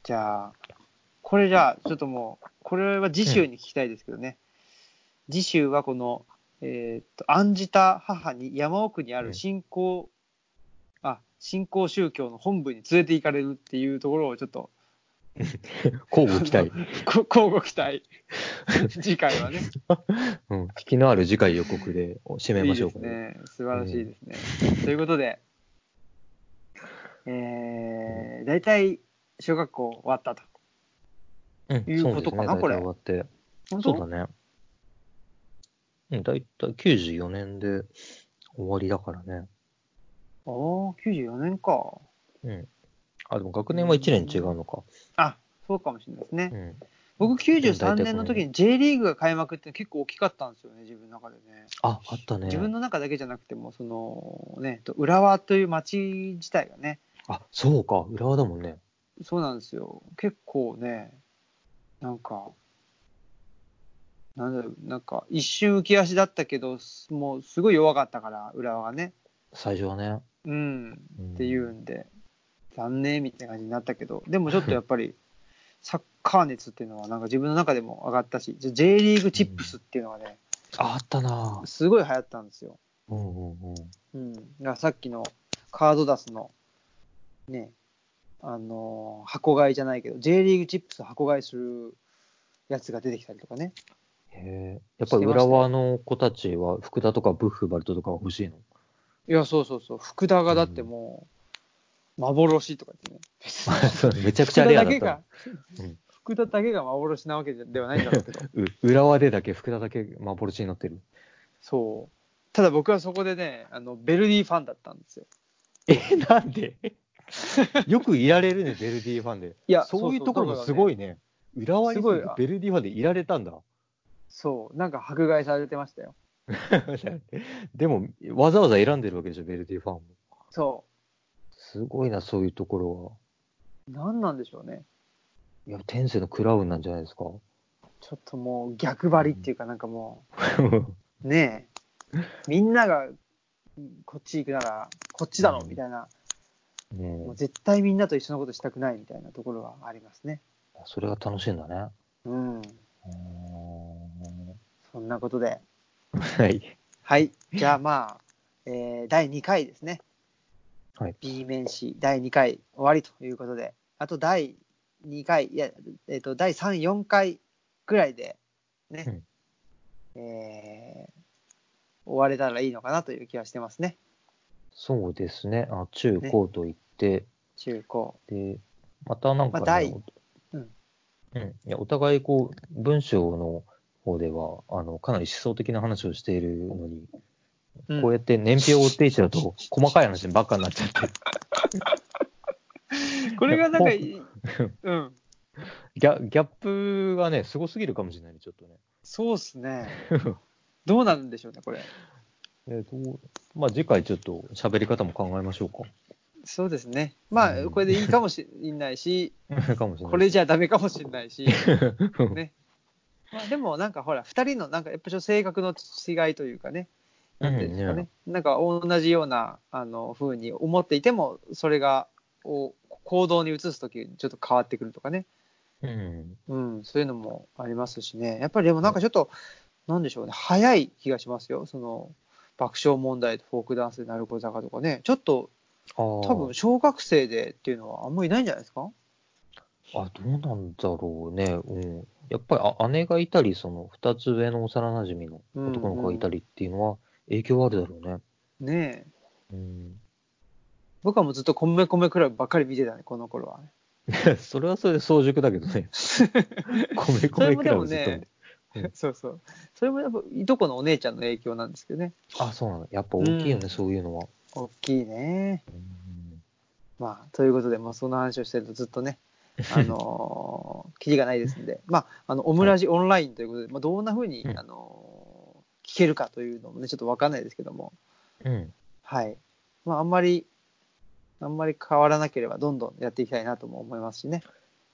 [SPEAKER 1] じゃあ、これじゃあ、ちょっともう、これは次週に聞きたいですけどね。次週はこの、えーっと、案じた母に山奥にあ
[SPEAKER 2] う
[SPEAKER 1] る
[SPEAKER 2] ん
[SPEAKER 1] 信仰、あ、信仰宗教の本部に連れて行かれるっていうところをちょっと、
[SPEAKER 2] 交互 期待、
[SPEAKER 1] こ交互期 待。次回はね。
[SPEAKER 2] うん、引きのある次回予告で締め
[SPEAKER 1] い
[SPEAKER 2] ま
[SPEAKER 1] い
[SPEAKER 2] しょ
[SPEAKER 1] で
[SPEAKER 2] う
[SPEAKER 1] す
[SPEAKER 2] かね
[SPEAKER 1] ね。素晴らしいですね。ということで、えー、大体小学校終わったと。
[SPEAKER 2] うん
[SPEAKER 1] いう
[SPEAKER 2] そう
[SPEAKER 1] こ
[SPEAKER 2] で
[SPEAKER 1] と
[SPEAKER 2] す
[SPEAKER 1] か
[SPEAKER 2] ね
[SPEAKER 1] な
[SPEAKER 2] 大
[SPEAKER 1] これ
[SPEAKER 2] 体終わって
[SPEAKER 1] 本当
[SPEAKER 2] そうだねうん大体94年で終わりだからね
[SPEAKER 1] ああ、94年か。
[SPEAKER 2] うんあでも学年は1年違うのか、
[SPEAKER 1] あ、そうかもしれないですね
[SPEAKER 2] う。ん、
[SPEAKER 1] 僕93年の時に J リーグが開幕って結構大きかったんですよね、自分の中でね。
[SPEAKER 2] ああったね
[SPEAKER 1] 自分の中だけじゃなくても、そのね、と浦和という町自体がね、
[SPEAKER 2] あそうか浦和だもんね
[SPEAKER 1] そうなんですよ。結構ね、なんか、なんだろう、なんか一瞬浮き足だったけど、すもうすごい弱かったから、浦和がね。
[SPEAKER 2] 最初はね
[SPEAKER 1] うん、
[SPEAKER 2] っ
[SPEAKER 1] っていうんで、残念みたいな感じになったけど、でもちょっとやっぱり、サッカー熱っていうのは、なんか自分の中でも上がったし、じゃ J リーグチップスっていうのがね、
[SPEAKER 2] ああったなぁ
[SPEAKER 1] すごい流行ったんですよ。
[SPEAKER 2] うんうんうん。
[SPEAKER 1] うん、だからさっきのカードダスの、ね、あのー箱買いじゃないけど、J リーグチップス箱買いするやつが出てきたりとかね。
[SPEAKER 2] へえ。やっぱり浦和の子たちは、福田とかブッフバルトとかは欲し いの
[SPEAKER 1] いや、そうそうそう、福田がだってもう、幻とか言ってね。
[SPEAKER 2] めちゃく
[SPEAKER 1] 福
[SPEAKER 2] ちゃ
[SPEAKER 1] 田
[SPEAKER 2] レア
[SPEAKER 1] だ
[SPEAKER 2] だっ
[SPEAKER 1] け
[SPEAKER 2] た
[SPEAKER 1] が
[SPEAKER 2] の。、うん
[SPEAKER 1] 福田だけが幻なわけではないんだろ うけど。
[SPEAKER 2] う浦和でだけ福田だけ幻になってる。
[SPEAKER 1] そう。 ただ僕はそこでね、あのベルディファンだったんですよ。
[SPEAKER 2] え、なんでよくいられるね、ベルディファンで。
[SPEAKER 3] いや
[SPEAKER 2] そういうところ
[SPEAKER 3] そう
[SPEAKER 2] も
[SPEAKER 3] そう
[SPEAKER 2] すごいね。浦和に
[SPEAKER 3] すごいわ
[SPEAKER 2] ベルディファンでいられたんだ。
[SPEAKER 3] そう、なんか迫害されてましたよ。
[SPEAKER 2] でも、わざわざ選んでるわけでしょ、ベルディファンも。
[SPEAKER 3] そ
[SPEAKER 2] すごいな、そういうところ
[SPEAKER 3] う。何なんでしょうね。
[SPEAKER 2] は。いや、天性のクラウンなんじゃないです か。
[SPEAKER 3] ちょっともう逆張りっていうか、なんかもう、ねえ、みんながこっち行くなら、こっちだろみたいな、
[SPEAKER 2] ね
[SPEAKER 3] もう
[SPEAKER 2] え
[SPEAKER 3] 絶対みんなと一緒のことしたくないみたいなところはありますね。
[SPEAKER 2] それが楽しいんだね。
[SPEAKER 3] うん。
[SPEAKER 2] うー
[SPEAKER 3] そんなことで。
[SPEAKER 2] んはい。
[SPEAKER 3] はい。じゃあまあ、えー第2回ですね。
[SPEAKER 2] はい。
[SPEAKER 3] B 面試第2回終わりということで、あと第2回、いや、えっ、と、第3、4回ぐらいで、ね、えー終われたらいいのかなという気はしてますね。
[SPEAKER 2] そうですね。あ中高と行って、
[SPEAKER 3] 中高。
[SPEAKER 2] で、またなんか、
[SPEAKER 3] まあ第うん
[SPEAKER 2] うん。いや、お互いこう、文章の方では、あの、かなり思想的な話をしているのに、
[SPEAKER 3] うん
[SPEAKER 2] こうやって年表を追っていっちゃうと、細かい話ばっかになっちゃって、
[SPEAKER 1] これがなんかい、うん、
[SPEAKER 2] ギャギャップがね、すごすぎるかもしれないね、ちょっとね。
[SPEAKER 1] そうっす ね。どうなるんでしょうね、これ。
[SPEAKER 2] えーと、まあ、次回ちょっと喋り方も考えましょう
[SPEAKER 1] そうですね。ま
[SPEAKER 2] う
[SPEAKER 1] あ、
[SPEAKER 2] ん
[SPEAKER 1] これでいいかもしれないし、
[SPEAKER 2] か。 かもしれない。
[SPEAKER 1] これじゃダメかもしれないし、
[SPEAKER 2] うん
[SPEAKER 1] ね。まあ、でもなんかほら、2人のなんかやっぱちょっと性格の違いというかね、なんていうんですかね、なんか同じようなあの風に思っていても、それがお行動に移すときにちょっと変わってくるとかね、
[SPEAKER 2] うん。
[SPEAKER 1] うん、そういうのもありますしね、やっぱりでもなんかちょっと、なんでしょうね、早い気がしますよ、その爆笑問題とフォークダンスで鳴子坂とかね、ちょっと
[SPEAKER 2] あー
[SPEAKER 1] 多分小学生でっていうのはあんまりいないんじゃないですか
[SPEAKER 2] あ、どうなんだろうね。うん。やっぱりあ姉がいたり、その二つ上の幼馴染の男の子がいたりっていうのは影響はあるだろうね。
[SPEAKER 1] ねえ。
[SPEAKER 2] うん。
[SPEAKER 1] 僕はもうずっと米米クラブばっかり見てたね、この頃はね。
[SPEAKER 2] それはそれで早熟だけど ね。
[SPEAKER 1] そ
[SPEAKER 2] 米
[SPEAKER 1] れ
[SPEAKER 2] 米
[SPEAKER 1] も
[SPEAKER 2] ク
[SPEAKER 1] で
[SPEAKER 2] ラ
[SPEAKER 1] も
[SPEAKER 2] ブずっと見
[SPEAKER 1] ね
[SPEAKER 2] て。うん、
[SPEAKER 1] そうそう。それもやっぱ、いとこのお姉ちゃんの影響なんですけどね。
[SPEAKER 2] あ、そうなんだ。やっぱ大きいよね、
[SPEAKER 1] うん
[SPEAKER 2] そういうのは。
[SPEAKER 1] 大きいね。
[SPEAKER 2] うん
[SPEAKER 1] まあ、ということで、もうその話をしてるとずっと ね、あのー、キリがないですんで、まあ、あの、オムラジオンラインということで、まあ、どんな風に
[SPEAKER 2] う、ん
[SPEAKER 1] あのー、聞けるかというのもね、ちょっとわかんないですけども、
[SPEAKER 2] うん。
[SPEAKER 1] はい。まあ、あんまり、あんまり変わらなければ、どんどんやっていきたいなとも思いますしね。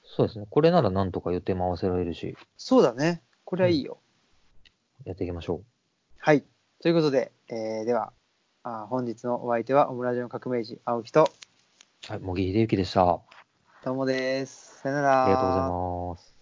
[SPEAKER 2] そうですね。これならなんとか予定も合わせられるし、
[SPEAKER 1] そうだね。これはいいよ。
[SPEAKER 2] やっていきましょ
[SPEAKER 1] はい。ということで、えーでは、あー本日のお相手は、オムラジの革命児、青木と、
[SPEAKER 2] う。はい、茂木秀幸でした。
[SPEAKER 1] どうもです。さよなら。
[SPEAKER 2] ありがとうございます。